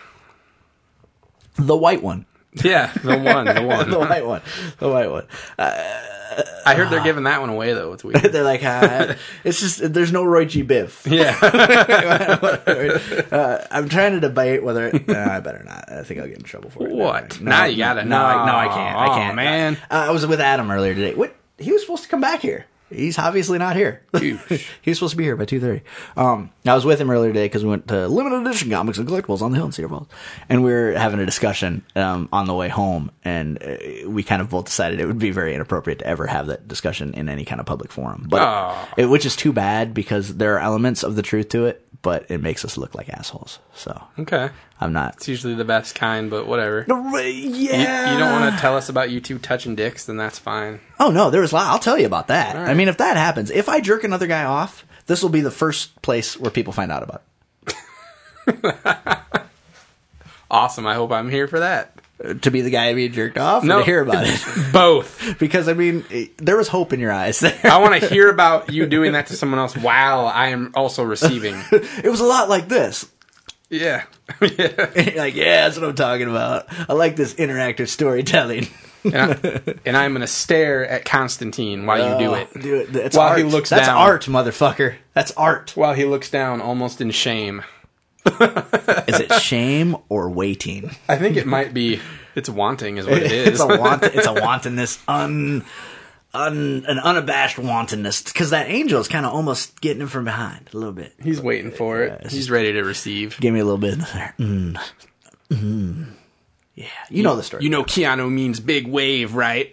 [SPEAKER 7] The white one,
[SPEAKER 8] Yeah, the one, the
[SPEAKER 7] the
[SPEAKER 8] one.
[SPEAKER 7] white one, the white one.
[SPEAKER 8] I heard they're giving that one away though. It's weird.
[SPEAKER 7] They're like, ah, it's just there's no Roy G. Biv. Uh,
[SPEAKER 8] Yeah,
[SPEAKER 7] I'm trying to debate whether nah, I better not. I think I'll get in trouble for it.
[SPEAKER 8] What?
[SPEAKER 7] No,
[SPEAKER 8] Now you gotta-
[SPEAKER 7] No, I, no, I can't. I
[SPEAKER 8] Aw,
[SPEAKER 7] can't.
[SPEAKER 8] man.
[SPEAKER 7] Uh, I was with Adam earlier today. What? He was supposed to come back here. He's obviously not here. he was supposed to be here by two thirty. Um, I was with him earlier today because we went to limited edition comics and collectibles on the hill in Cedar Falls, and we were having a discussion um, on the way home, and uh, we kind of both decided it would be very inappropriate to ever have that discussion in any kind of public forum. But
[SPEAKER 8] Aw.
[SPEAKER 7] it, which is too bad because there are elements of the truth to it, but it makes us look like assholes. So
[SPEAKER 8] okay.
[SPEAKER 7] I'm not.
[SPEAKER 8] It's usually the best kind, but whatever. You,
[SPEAKER 7] Yeah.
[SPEAKER 8] you don't want to tell us about you two touching dicks, then that's fine.
[SPEAKER 7] Oh no, there was. a lot- I'll tell you about that. I mean, if that happens, if I jerk another guy off, this will be the first place where people find out about.
[SPEAKER 8] Awesome. I hope I'm here for that.
[SPEAKER 7] it. To be the guy being jerked off, no.
[SPEAKER 8] No.
[SPEAKER 7] to hear about it.
[SPEAKER 8] Both.
[SPEAKER 7] because I mean, it- there was hope in your eyes. There,
[SPEAKER 8] I want to hear about you doing that to someone else while I am also receiving.
[SPEAKER 7] it was a lot like this.
[SPEAKER 8] Yeah. yeah.
[SPEAKER 7] like, yeah, that's what I'm talking about. I like this interactive storytelling.
[SPEAKER 8] And, I, and I'm going to stare at Constantine while you do it.
[SPEAKER 7] Do it. That's
[SPEAKER 8] While
[SPEAKER 7] Oh, art.
[SPEAKER 8] he looks
[SPEAKER 7] That's
[SPEAKER 8] down.
[SPEAKER 7] art, motherfucker. That's art.
[SPEAKER 8] While he looks down almost in shame.
[SPEAKER 7] Is it shame or waiting?
[SPEAKER 8] I think it might be. It's wanting, is what it is.
[SPEAKER 7] it's a want. It's a wantonness. Un, un, an unabashed wantonness. Because that angel is kind of almost getting him from behind a little bit.
[SPEAKER 8] He's waiting for it. He's ready to receive.
[SPEAKER 7] Give me a little bit there. Mm. Mm. Yeah, you know the story.
[SPEAKER 8] You know Keanu means big wave, right?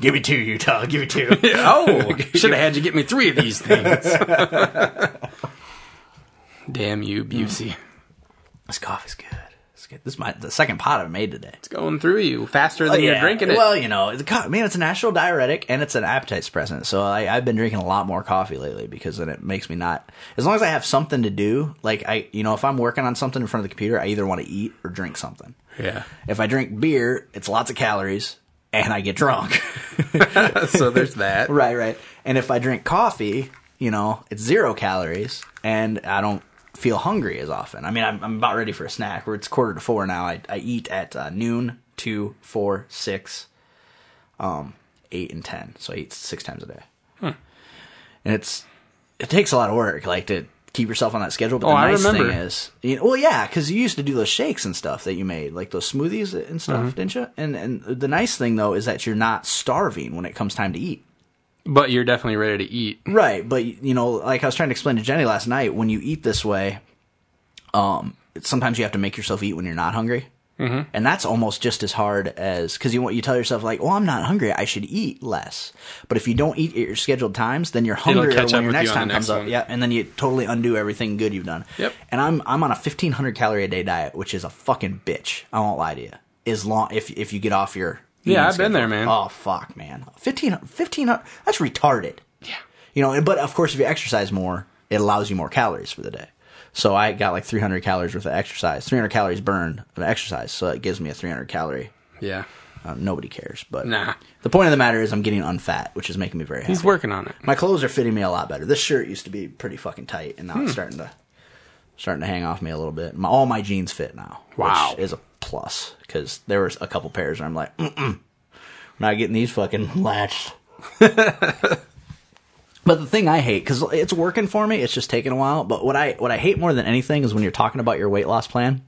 [SPEAKER 7] give me two, Utah. Give me two.
[SPEAKER 8] oh, should have had you get me three of these things. Damn you, Busey.
[SPEAKER 7] This coffee's good. It's good. This is my the second pot I've made today.
[SPEAKER 8] It's going through you faster than you're drinking it.
[SPEAKER 7] Oh, Well, you know, the co- man, it's a natural diuretic and it's an appetite suppressant. So I, I've been drinking a lot more coffee lately because then it makes me not. As long as I have something to do, like I, you know, if I'm working on something in front of the computer, I either want to eat or drink something.
[SPEAKER 8] yeah.
[SPEAKER 7] If I drink beer, it's lots of calories and I get drunk.
[SPEAKER 8] so there's that.
[SPEAKER 7] right, right. And if I drink coffee, you know, it's zero calories and I don't feel hungry as often. I mean, I'm, I'm about ready for a snack. Where it's quarter to four now. I, I eat at uh, noon, two, four, six, um, eight, and ten. So I eat six times a day.
[SPEAKER 8] Hmm.
[SPEAKER 7] And it's it takes a lot of work, like to keep yourself on that schedule. But
[SPEAKER 8] Oh,
[SPEAKER 7] the
[SPEAKER 8] I
[SPEAKER 7] nice
[SPEAKER 8] remember.
[SPEAKER 7] thing is, you well, yeah, because you used to do those shakes and stuff that you made, like those smoothies and stuff,
[SPEAKER 8] Mm-hmm.
[SPEAKER 7] didn't you? And and the nice thing though is that you're not starving when it comes time to eat.
[SPEAKER 8] But you're definitely ready to eat.
[SPEAKER 7] Right, but you know, like I was trying to explain to Jenny last night, when you eat this way, um, sometimes you have to make yourself eat when you're not hungry, mm-hmm. and that's almost just as hard as because you want you tell yourself like, "Well, I'm not hungry, I should eat less." But if you don't eat at your scheduled times, then you're hungrier
[SPEAKER 8] catch
[SPEAKER 7] when
[SPEAKER 8] up
[SPEAKER 7] your
[SPEAKER 8] with
[SPEAKER 7] next
[SPEAKER 8] you on
[SPEAKER 7] time
[SPEAKER 8] the
[SPEAKER 7] comes
[SPEAKER 8] next
[SPEAKER 7] up.
[SPEAKER 8] one.
[SPEAKER 7] Yeah, and then you totally undo everything good you've done.
[SPEAKER 8] Yep.
[SPEAKER 7] And I'm I'm on a 1500 calorie a day diet, which is a fucking bitch. I won't lie to you. As long if if you get off your
[SPEAKER 8] Yeah,
[SPEAKER 7] eating
[SPEAKER 8] I've been there, man.
[SPEAKER 7] Oh fuck, man. 15 1500 that's retarded. Yeah. You know, and- but of course if you exercise more, it allows you more calories for the day. So I got like 300 calories worth of exercise, 300 calories burned of exercise, so it gives me a 300 calorie.
[SPEAKER 8] Yeah.
[SPEAKER 7] Uh, nobody cares, but
[SPEAKER 8] Nah.
[SPEAKER 7] the point of the matter is I'm getting unfat, which is making me very happy.
[SPEAKER 8] He's working on it.
[SPEAKER 7] My clothes are fitting me a lot better. This shirt used to be pretty fucking tight, and now it's starting to starting to hang off me a little bit. My, all my jeans fit now,
[SPEAKER 8] Wow.
[SPEAKER 7] which is a plus because there was a couple pairs where I'm like, Mm-mm, I'm not getting these fucking latched. But the thing I hate because it's working for me, it's just taking a while. But what I what I hate more than anything is when you're talking about your weight loss plan,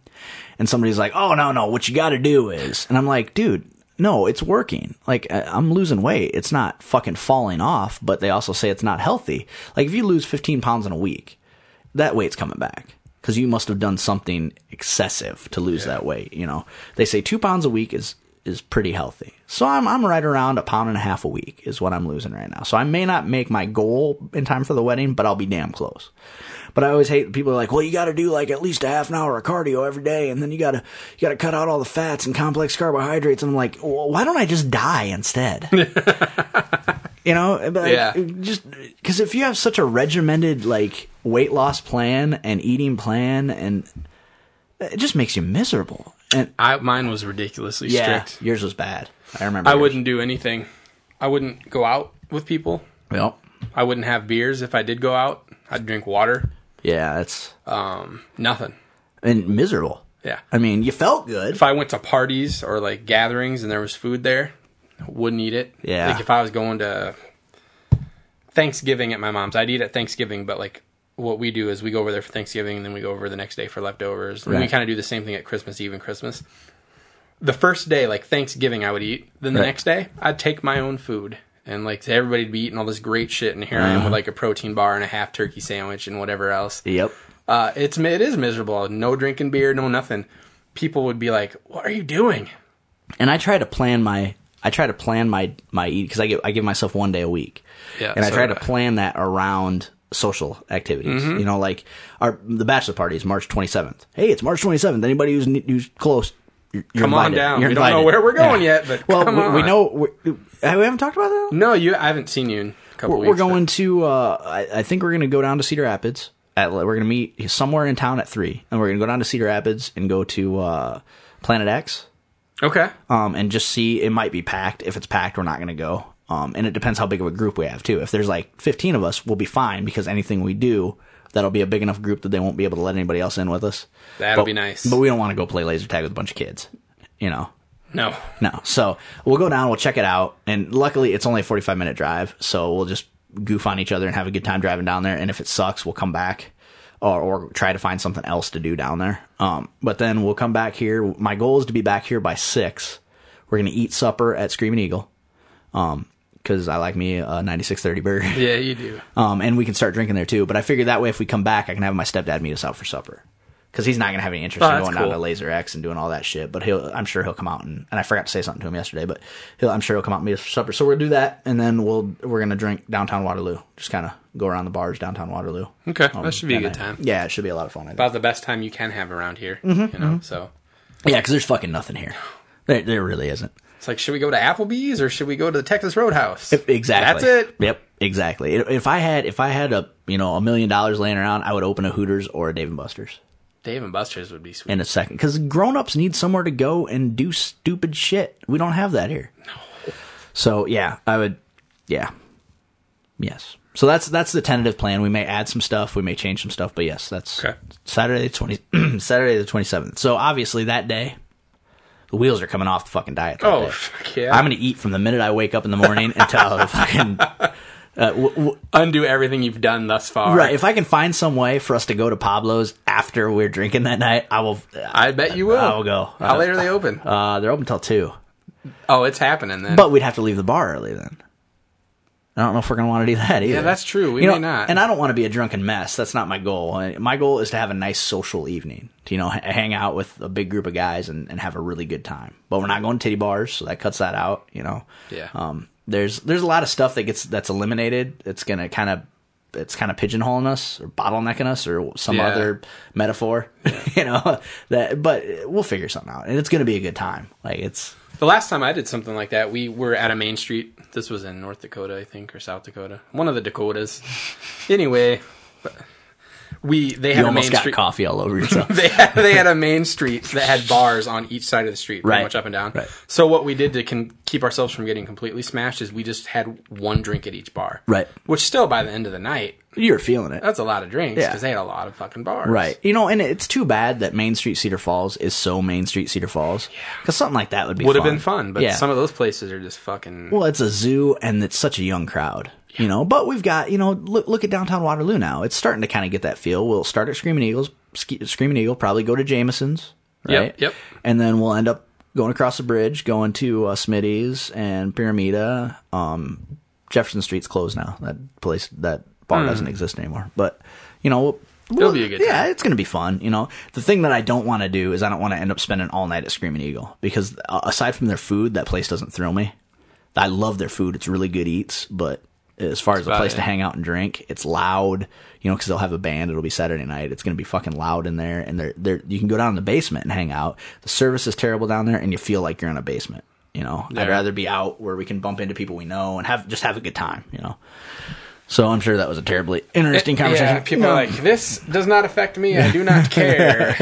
[SPEAKER 7] and somebody's like, "Oh no, no, what you got to do is," and I'm like, "Dude, no, it's working. Like I- I'm losing weight. It's not fucking falling off." But they also say it's not healthy. Like if you lose 15 pounds in a week, that weight's coming back because you must have done something excessive to lose that weight. You know, they say two pounds a week is is pretty healthy. So I'm I'm right around a pound and a half a week is what I'm losing right now. So I may not make my goal in time for the wedding, but I'll be damn close. But I always hate people are like, well, you got to do like at least a half an hour of cardio every day, and then you got to you got to cut out all the fats and complex carbohydrates. And I'm like, well, why don't I just die instead? You know, but like,
[SPEAKER 8] Yeah.
[SPEAKER 7] just because if you have such a regimented like weight loss plan and eating plan, and it just makes you miserable. And
[SPEAKER 8] I, mine was ridiculously
[SPEAKER 7] yeah,
[SPEAKER 8] strict.
[SPEAKER 7] yours was bad. I remember.
[SPEAKER 8] I
[SPEAKER 7] yours.
[SPEAKER 8] wouldn't do anything. I wouldn't go out with people.
[SPEAKER 7] Yep.
[SPEAKER 8] I wouldn't have beers if I did go out. I'd drink water. Um,
[SPEAKER 7] Yeah, it's
[SPEAKER 8] Nothing.
[SPEAKER 7] and miserable.
[SPEAKER 8] Yeah.
[SPEAKER 7] I mean, you felt good.
[SPEAKER 8] If I went to parties or like gatherings and there was food there, wouldn't eat it.
[SPEAKER 7] Yeah.
[SPEAKER 8] Like if I was going to Thanksgiving at my mom's, I'd eat at Thanksgiving, but like what we do is we go over there for Thanksgiving and then we go over the next day for leftovers. And we
[SPEAKER 7] Right.
[SPEAKER 8] kind of do the same thing at Christmas Eve and Christmas. The first day, like Thanksgiving, I would eat. Then the
[SPEAKER 7] Right.
[SPEAKER 8] next day, I'd take my own food. And like everybody'd be eating all this great shit, and here I
[SPEAKER 7] Uh-huh.
[SPEAKER 8] am with like a protein bar and a half turkey sandwich and whatever else.
[SPEAKER 7] Yep.
[SPEAKER 8] Uh, it's mi- it is miserable. No drinking beer, no nothing. People would be like, "What are you doing?"
[SPEAKER 7] And I try to plan my I try to plan my my eat because I give I give myself one day a week.
[SPEAKER 8] Yeah,
[SPEAKER 7] and I
[SPEAKER 8] so
[SPEAKER 7] try
[SPEAKER 8] do I.
[SPEAKER 7] to
[SPEAKER 8] Mm-hmm.
[SPEAKER 7] plan that around social activities. You know, like our the bachelor party is March 27th. Hey, it's March 27th. Anybody who's who's close, you're, you're
[SPEAKER 8] Come on
[SPEAKER 7] invited.
[SPEAKER 8] down.
[SPEAKER 7] You're
[SPEAKER 8] We don't know
[SPEAKER 7] invited.
[SPEAKER 8] where we're going yet, but
[SPEAKER 7] well,
[SPEAKER 8] come
[SPEAKER 7] we, we
[SPEAKER 8] on.
[SPEAKER 7] know we, we haven't talked about that.
[SPEAKER 8] No, you. I haven't seen you in a couple
[SPEAKER 7] We're,
[SPEAKER 8] weeks.
[SPEAKER 7] we're going to. Uh, I, I think we're going to go down to Cedar Rapids. At, we're going to meet somewhere in town at three, and we're going to go down to Cedar Rapids and go to uh, Planet X
[SPEAKER 8] but- Okay.
[SPEAKER 7] um, and just see. It might be packed. If it's packed, we're not going to go. Um, and it depends how big of a group we have too. If there's like 15 of us, we'll be fine because anything we do, that'll be a big enough group that they won't be able to let anybody else in with us.
[SPEAKER 8] That'll
[SPEAKER 7] But-
[SPEAKER 8] be nice.
[SPEAKER 7] But we don't want to go play laser tag with a bunch of kids, you know.
[SPEAKER 8] No.
[SPEAKER 7] No, so we'll go down, we'll check it out, and luckily it's only a 45 minute drive, so we'll just goof on each other and have a good time driving down there. And if it sucks, we'll come back or, or try to find something else to do down there. Um, but then we'll come back here. My goal is to be back here by six. We're gonna eat supper at Screaming Eagle, um, because I like me a 9630 burger.
[SPEAKER 8] Yeah, you do.
[SPEAKER 7] Um, and we can start drinking there too. But I figure that way, if we come back, I can have my stepdad meet us out for supper because he's not gonna have any interest
[SPEAKER 8] Oh,
[SPEAKER 7] in
[SPEAKER 8] that's
[SPEAKER 7] going down
[SPEAKER 8] cool.
[SPEAKER 7] to Laser X and doing all that shit. But he'll, I'm sure he'll come out and, and I forgot to say something to him yesterday, but he'll, I'm sure he'll come out and meet us for supper. So we'll do that, and then we'll we're gonna drink downtown Waterloo, just kind of go around the bars downtown Waterloo.
[SPEAKER 8] Okay,
[SPEAKER 7] Um,
[SPEAKER 8] that should be a
[SPEAKER 7] and
[SPEAKER 8] good
[SPEAKER 7] I-
[SPEAKER 8] time.
[SPEAKER 7] Yeah, it should be a lot of fun. I think.
[SPEAKER 8] About the best time you can have around here.
[SPEAKER 7] Mm-hmm,
[SPEAKER 8] you know, so
[SPEAKER 7] Yeah, because there's fucking nothing here. There, there really isn't.
[SPEAKER 8] it's like, should we go to Applebee's or should we go to the Texas Roadhouse?
[SPEAKER 7] Exactly.
[SPEAKER 8] That's it.
[SPEAKER 7] Yep. Exactly. If if I had, if I had a, you know, a million dollars laying around, I would open a Hooters or a Dave and Buster's.
[SPEAKER 8] Dave and Buster's would be sweet.
[SPEAKER 7] in a second because grown-ups need somewhere to go and do stupid shit we don't have that here so yeah i would yeah yes so that's that's the tentative plan we may add some stuff we may change some stuff but yes that's
[SPEAKER 8] Okay.
[SPEAKER 7] saturday 20 saturday the 27th so obviously that day the wheels are coming off the fucking diet that
[SPEAKER 8] Oh,
[SPEAKER 7] day.
[SPEAKER 8] fuck yeah.
[SPEAKER 7] i'm gonna eat from the minute i wake up in the morning until I fucking uh, w- w-
[SPEAKER 8] Undo everything you've done thus far.
[SPEAKER 7] right if i can find some way for us to go to pablo's after we're drinking that night i will
[SPEAKER 8] I bet you will.
[SPEAKER 7] I'll go.
[SPEAKER 8] How
[SPEAKER 7] Uh,
[SPEAKER 8] late are they open?
[SPEAKER 7] uh, they're open till two
[SPEAKER 8] oh, it's happening then.
[SPEAKER 7] But we'd have to leave the bar early then. I don't know if we're gonna want to do that either.
[SPEAKER 8] that's true. We
[SPEAKER 7] You
[SPEAKER 8] may not.
[SPEAKER 7] And I don't want to be a drunken mess. That's not my goal. I- My goal is to have a nice social evening. To you know, h- hang out with a big group of guys and, and have a really good time. But we're not going to titty bars, so that cuts that out. You know.
[SPEAKER 8] Yeah.
[SPEAKER 7] Um. There's there's a lot of stuff that gets that's eliminated. It's gonna kind of it's kind of pigeonholing us or bottlenecking us or some
[SPEAKER 8] Yeah.
[SPEAKER 7] other metaphor. you know that. But we'll figure something out, and it's gonna be a good time. Like it's
[SPEAKER 8] The last time I did something like that, we were at a main street. This was in North Dakota, I think, or South Dakota, one of the Dakotas. Anyway, but we they had
[SPEAKER 7] you
[SPEAKER 8] a main
[SPEAKER 7] almost got
[SPEAKER 8] street.
[SPEAKER 7] coffee all over yourself.
[SPEAKER 8] They had, they had a main street that had bars on each side of the street, pretty
[SPEAKER 7] Right.
[SPEAKER 8] much up and down.
[SPEAKER 7] Right.
[SPEAKER 8] So what we did to can keep ourselves from getting completely smashed is we just had one drink at each bar.
[SPEAKER 7] Right.
[SPEAKER 8] Which still by the end of the night,
[SPEAKER 7] You're feeling it.
[SPEAKER 8] that's a lot of drinks
[SPEAKER 7] Yeah.
[SPEAKER 8] because they had a lot of fucking bars.
[SPEAKER 7] Right. You know, and it's too bad that Main Street Cedar Falls is so Main Street Cedar Falls. Yeah. Because something like that would be
[SPEAKER 8] Would have
[SPEAKER 7] fun.
[SPEAKER 8] been fun, but some of those places are just fucking.
[SPEAKER 7] Well, it's a zoo and it's such a young crowd. You know, but we've got you know look look at downtown Waterloo now. It's starting to kind of get that feel. We'll start at Screaming Eagles, Ske- Screaming Eagle, probably go to Jameson's,
[SPEAKER 8] Yep,
[SPEAKER 7] right?
[SPEAKER 8] yep.
[SPEAKER 7] And then we'll end up going across the bridge, going to uh, Smitty's and Pyramida. Um, Jefferson Street's closed now. That place, that bar doesn't exist anymore. But you know,
[SPEAKER 8] Hmm. It'll be a good
[SPEAKER 7] yeah,
[SPEAKER 8] time.
[SPEAKER 7] it's gonna be fun. You know, the thing that I don't want to do is I don't want to end up spending all night at Screaming Eagle because uh, aside from their food, that place doesn't thrill me. I love their food; it's really good eats. But as far as a
[SPEAKER 8] about
[SPEAKER 7] place
[SPEAKER 8] it.
[SPEAKER 7] to hang out and drink, it's loud. You know, because they'll have a band. It'll be Saturday night. It's gonna be fucking loud in there, and they're, they're you can go down in the basement and hang out. The service is terrible down there, and you feel like you're in a basement. You know, I'd rather be out where we can bump into people we know and have just have a good time. You know. So I'm sure that was a terribly interesting conversation.
[SPEAKER 8] Yeah, people are like, this does not affect me. I do not care.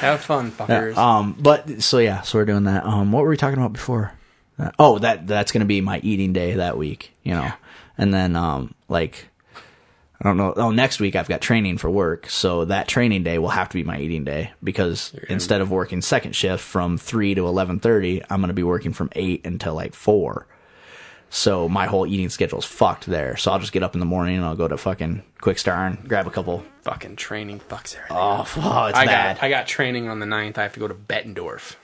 [SPEAKER 8] Have fun, fuckers.
[SPEAKER 7] Um, but so yeah, so we're doing that. Um, what were we talking about before? Uh, oh, that that's gonna be my eating day that week, you know. And then um, like I don't know. Oh, next week I've got training for work, so that training day will have to be my eating day because instead of working second shift from three to eleven thirty, I'm gonna be working from eight until like four. So my whole eating schedule's fucked there. So I'll just get up in the morning and I'll go to fucking Quick Star and grab a couple.
[SPEAKER 8] Fucking training fucks everything.
[SPEAKER 7] Oh, f- oh it's
[SPEAKER 8] I
[SPEAKER 7] bad.
[SPEAKER 8] got I got training on the 9th. I have to go to Bettendorf.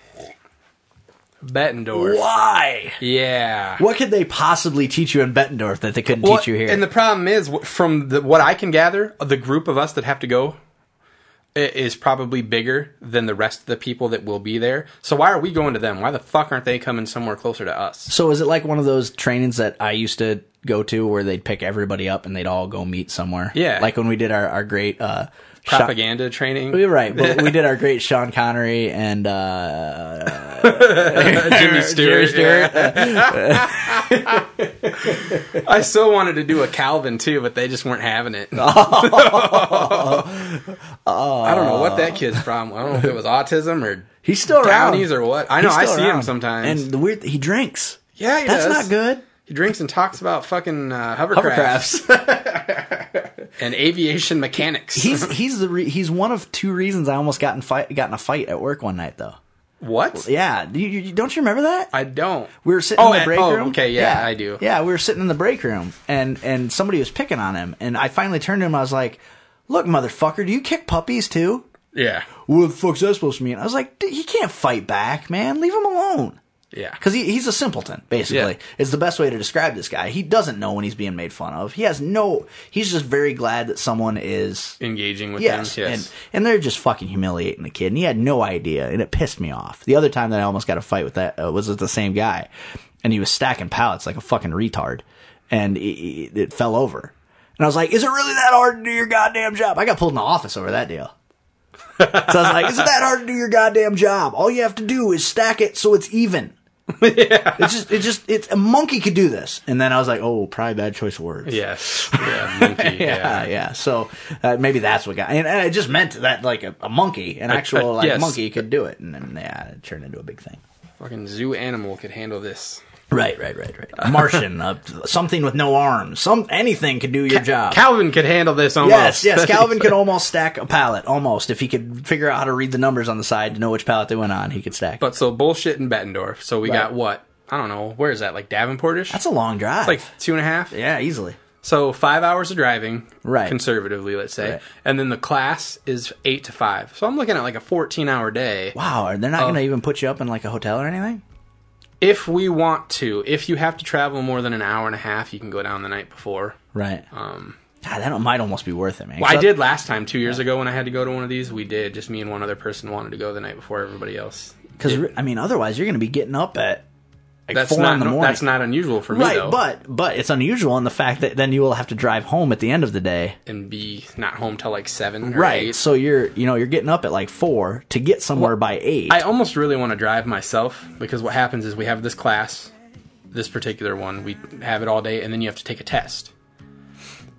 [SPEAKER 8] Bettendorf.
[SPEAKER 7] Why?
[SPEAKER 8] Yeah.
[SPEAKER 7] What could they possibly teach you in Bettendorf that they couldn't
[SPEAKER 8] Well,
[SPEAKER 7] teach you here?
[SPEAKER 8] And the problem is, wh- from the, what I can gather, the group of us that have to go i- is probably bigger than the rest of the people that will be there. So why are we going to them? Why the fuck aren't they coming somewhere closer to us?
[SPEAKER 7] so is it like one of those trainings that I used to go to where they'd pick everybody up and they'd all go meet somewhere?
[SPEAKER 8] Yeah.
[SPEAKER 7] Like when we did our, our great uh Sha-
[SPEAKER 8] Propaganda training.
[SPEAKER 7] You're right, but we did our great Sean Connery and uh
[SPEAKER 8] Jimmy Stewart.
[SPEAKER 7] Stewart.
[SPEAKER 8] I still wanted to do a Calvin too, but they just weren't having it. I don't know what that kid's problem. I don't know if it was autism or
[SPEAKER 7] he's still around.
[SPEAKER 8] brownies or what. I know
[SPEAKER 7] He's
[SPEAKER 8] I
[SPEAKER 7] still
[SPEAKER 8] see him
[SPEAKER 7] around.
[SPEAKER 8] sometimes.
[SPEAKER 7] And the weird he drinks.
[SPEAKER 8] yeah, he
[SPEAKER 7] That's
[SPEAKER 8] does.
[SPEAKER 7] not good.
[SPEAKER 8] He drinks and talks about fucking uh, hovercrafts
[SPEAKER 7] Hovercrafts.
[SPEAKER 8] and aviation mechanics.
[SPEAKER 7] he's he's the re- he's one of two reasons I almost got in fight got in a fight at work one night though.
[SPEAKER 8] what?
[SPEAKER 7] Yeah, you, you, don't you remember that?
[SPEAKER 8] I don't.
[SPEAKER 7] We were sitting
[SPEAKER 8] Oh,
[SPEAKER 7] in the
[SPEAKER 8] and-
[SPEAKER 7] break
[SPEAKER 8] oh,
[SPEAKER 7] room.
[SPEAKER 8] okay, yeah, I do.
[SPEAKER 7] Yeah, we were sitting in the break room, and and somebody was picking on him, and I finally turned to him. I was like, "Look, motherfucker, do you kick puppies too?"
[SPEAKER 8] Yeah,
[SPEAKER 7] What the fuck's that supposed to mean? I was like, "Dude, "He can't fight back, man. Leave him alone."
[SPEAKER 8] yeah.
[SPEAKER 7] Because he, he's a simpleton, basically,
[SPEAKER 8] Yeah.
[SPEAKER 7] is the best way to describe this guy. He doesn't know when he's being made fun of. He has no. He's just very glad that someone is
[SPEAKER 8] engaging with
[SPEAKER 7] Yes,
[SPEAKER 8] them. Yes.
[SPEAKER 7] And, and they're just fucking humiliating the kid, and he had no idea, and it pissed me off. The other time that I almost got a fight with that uh, was with the same guy, and he was stacking pallets like a fucking retard, and he- he- it fell over. And I was like, "Is it really that hard to do your goddamn job?" I got pulled in the office over that deal. so I was like, "Is it that hard to do your goddamn job? All you have to do is stack it so it's even." It's just, it's just, it's a monkey could do this. And then I was like, "Oh, probably bad choice of words."
[SPEAKER 8] yes. Yeah. Monkey,
[SPEAKER 7] yeah,
[SPEAKER 8] yeah.
[SPEAKER 7] yeah. So uh, maybe that's what got. And, and I just meant that like a, a monkey, an actual like
[SPEAKER 8] yes.
[SPEAKER 7] monkey could do it, and then yeah, it turned into a big thing.
[SPEAKER 8] Fucking zoo animal could handle this.
[SPEAKER 7] Right, right, right, right. Martian, uh, something with no arms, some anything could do your job.
[SPEAKER 8] Calvin could handle this almost.
[SPEAKER 7] Yes, yes. Calvin could almost stack a pallet, almost. If he could figure out how to read the numbers on the side to know which pallet they went on, he could stack.
[SPEAKER 8] But so bullshit in Bettendorf. So we got what? I don't know. Where is that? Like Davenportish?
[SPEAKER 7] that's a long drive.
[SPEAKER 8] like two and a half.
[SPEAKER 7] yeah, easily.
[SPEAKER 8] So five hours of driving,
[SPEAKER 7] Right.
[SPEAKER 8] Conservatively, let's say,
[SPEAKER 7] Right.
[SPEAKER 8] and then the class is eight to five. So I'm looking at like a 14 hour day.
[SPEAKER 7] Wow, are they
[SPEAKER 8] Oh.
[SPEAKER 7] not going to even put you up in like a hotel or anything?
[SPEAKER 8] If we want to, if you have to travel more than an hour and a half, you can go down the night before.
[SPEAKER 7] Right. Um, God, that might almost be worth it, man.
[SPEAKER 8] Well,
[SPEAKER 7] 'Cause
[SPEAKER 8] I did last time two years ago when I had to go to one of these. We did. Just me and one other person wanted to go the night before everybody else.
[SPEAKER 7] Because I mean, otherwise you're going to be getting up at like
[SPEAKER 8] That's
[SPEAKER 7] four
[SPEAKER 8] not
[SPEAKER 7] in the morning.
[SPEAKER 8] that's not unusual for me
[SPEAKER 7] right,
[SPEAKER 8] though,
[SPEAKER 7] but but it's unusual in the fact that then you will have to drive home at the end of the day.
[SPEAKER 8] and be not home till like seven. Or eight.
[SPEAKER 7] So you're you know you're getting up at like four to get somewhere by eight.
[SPEAKER 8] I almost really want to drive myself because what happens is we have this class, this particular one, we have it all day, and then you have to take a test.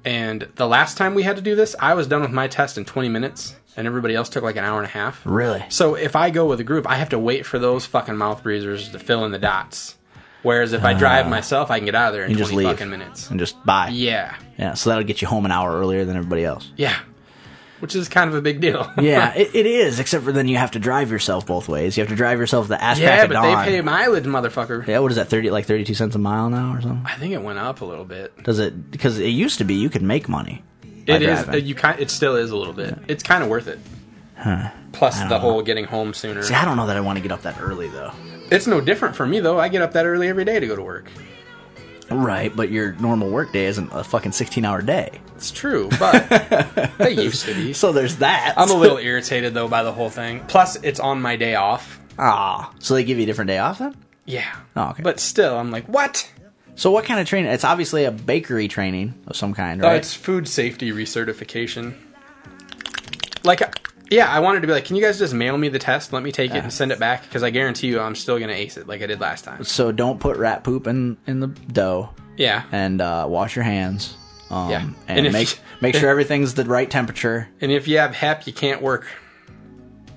[SPEAKER 8] And the last time we had to do this, I was done with my test in 20 minutes, and everybody else took like an hour and a half.
[SPEAKER 7] really?
[SPEAKER 8] So if I go with a group, I have to wait for those fucking mouth breathers to fill in the dots. Whereas if I drive myself, I can get out of there in
[SPEAKER 7] Ah. You
[SPEAKER 8] 20
[SPEAKER 7] just leave
[SPEAKER 8] fucking minutes.
[SPEAKER 7] and just buy.
[SPEAKER 8] Yeah.
[SPEAKER 7] Yeah. So that'll get you home an hour earlier than everybody else.
[SPEAKER 8] Yeah. which is kind of a big deal.
[SPEAKER 7] Yeah, it, it is. Except for then you have to drive yourself both ways. You have to drive yourself the ass
[SPEAKER 8] yeah,
[SPEAKER 7] crack of
[SPEAKER 8] but they
[SPEAKER 7] dawn.
[SPEAKER 8] pay mileage, motherfucker.
[SPEAKER 7] yeah, what is that? Thirty like thirty-two cents a mile now or something?
[SPEAKER 8] I think it went up a little bit.
[SPEAKER 7] Does it? Because it used to be you could make money. by
[SPEAKER 8] It is. uh,
[SPEAKER 7] driving.
[SPEAKER 8] You kind. It still is a little bit. It's kind of worth it. Plus the whole getting home sooner.
[SPEAKER 7] See, I don't know that I want to get up that early though.
[SPEAKER 8] It's no different for me though. I get up that early every day to go to work.
[SPEAKER 7] Right, but your normal work day isn't a fucking sixteen-hour day.
[SPEAKER 8] It's true, but they used to be.
[SPEAKER 7] So there's that.
[SPEAKER 8] I'm a little irritated though by the whole thing. Plus, it's on my day off.
[SPEAKER 7] ah. So they give you a different day off then?
[SPEAKER 8] Yeah.
[SPEAKER 7] Oh, okay.
[SPEAKER 8] But still, I'm like, what? Uh,
[SPEAKER 7] So what kind of training? It's obviously a bakery training of some kind,
[SPEAKER 8] Uh,
[SPEAKER 7] right?
[SPEAKER 8] it's food safety recertification. Like, uh, yeah, I wanted to be like, can you guys just mail me the test? Let me take it and send it back because I guarantee you, I'm still gonna ace it like I did last time.
[SPEAKER 7] so don't put rat poop in in the dough,
[SPEAKER 8] Yeah.
[SPEAKER 7] and uh, wash your hands. Um,
[SPEAKER 8] Yeah. And
[SPEAKER 7] and,
[SPEAKER 8] if-
[SPEAKER 7] make make sure everything's the right temperature.
[SPEAKER 8] And if you have HEP, you can't work.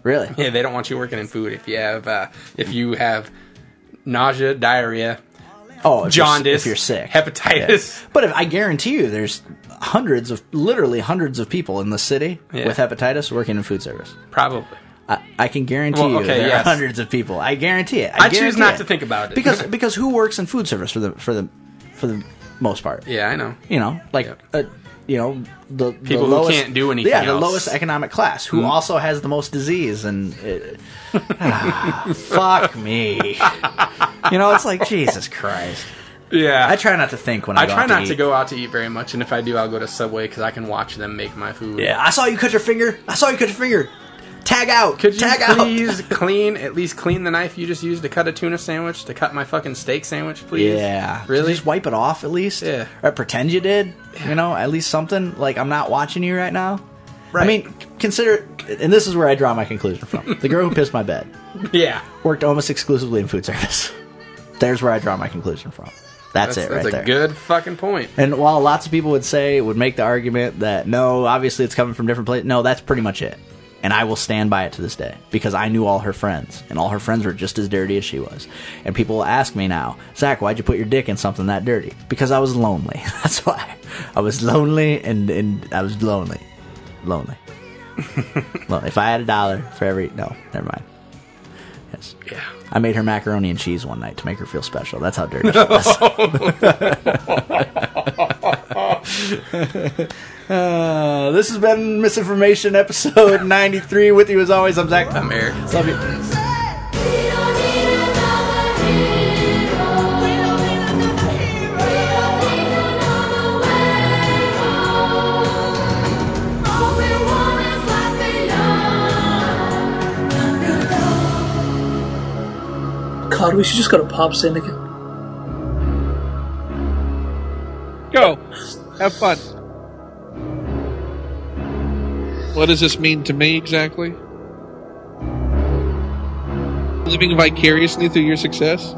[SPEAKER 7] Really?
[SPEAKER 8] Yeah, they don't want you working in food. If you have, uh, if you have nausea, diarrhea,
[SPEAKER 7] Oh, if you're-
[SPEAKER 8] jaundice,
[SPEAKER 7] if you're sick,
[SPEAKER 8] hepatitis.
[SPEAKER 7] But if I guarantee you, there's hundreds of literally hundreds of people in the city
[SPEAKER 8] Yeah.
[SPEAKER 7] with hepatitis working in food service.
[SPEAKER 8] probably.
[SPEAKER 7] I, I can guarantee
[SPEAKER 8] Well,
[SPEAKER 7] you
[SPEAKER 8] okay,
[SPEAKER 7] there
[SPEAKER 8] yes.
[SPEAKER 7] are hundreds of people. I guarantee it.
[SPEAKER 8] I choose
[SPEAKER 7] guarantee
[SPEAKER 8] not to think about it.
[SPEAKER 7] because because who works in food service for the for the for the most part?
[SPEAKER 8] Yeah, I know.
[SPEAKER 7] You know, like
[SPEAKER 8] Yeah.
[SPEAKER 7] uh, you know the
[SPEAKER 8] People
[SPEAKER 7] the
[SPEAKER 8] who
[SPEAKER 7] lowest,
[SPEAKER 8] can't do anything
[SPEAKER 7] Yeah, the
[SPEAKER 8] else. Hmm.
[SPEAKER 7] lowest economic class who also has the most disease and uh, ah, fuck me. You know, it's like Jesus Christ.
[SPEAKER 8] Yeah,
[SPEAKER 7] I try not to think when I,
[SPEAKER 8] I
[SPEAKER 7] go
[SPEAKER 8] try
[SPEAKER 7] out
[SPEAKER 8] not
[SPEAKER 7] eat.
[SPEAKER 8] to go out to eat very much, and if I do, I'll go to Subway because I can watch them make my food.
[SPEAKER 7] Yeah, I saw you cut your finger. I saw you cut your finger. Tag out.
[SPEAKER 8] Could you
[SPEAKER 7] Tag out.
[SPEAKER 8] please clean at least clean the knife you just used to cut a tuna sandwich to cut my fucking steak sandwich, please?
[SPEAKER 7] Yeah.
[SPEAKER 8] really?
[SPEAKER 7] Just wipe it off at least.
[SPEAKER 8] Yeah.
[SPEAKER 7] Or pretend you did. You know, at least something. Like, I'm not watching you right now. Right. I mean, c- consider, and this is where I draw my conclusion from. the girl who pissed my bed
[SPEAKER 8] yeah,
[SPEAKER 7] worked almost exclusively in food service. There's where I draw my conclusion from. That's,
[SPEAKER 8] that's,
[SPEAKER 7] it right
[SPEAKER 8] that's a
[SPEAKER 7] there.
[SPEAKER 8] good fucking point.
[SPEAKER 7] and while lots of people would say, would make the argument that no, obviously it's coming from different places. No, that's pretty much it. And I will stand by it to this day because I knew all her friends, and all her friends were just as dirty as she was. And people will ask me now, Zach, why'd you put your dick in something that dirty? Because I was lonely. That's why. I was lonely, and, and I was lonely. Lonely. well, if I had a dollar for every. No, never mind. Yes.
[SPEAKER 8] Yeah,
[SPEAKER 7] I made her macaroni and cheese one night to make her feel special. That's how dirty she was. Uh, this has been Misinformation episode 93. With you as always, I'm Zach.
[SPEAKER 8] I'm Eric.
[SPEAKER 7] Love you.
[SPEAKER 3] God, we should just go to Pop Syndicate.
[SPEAKER 5] Go. Have fun. What does this mean to me exactly? Living vicariously through your success?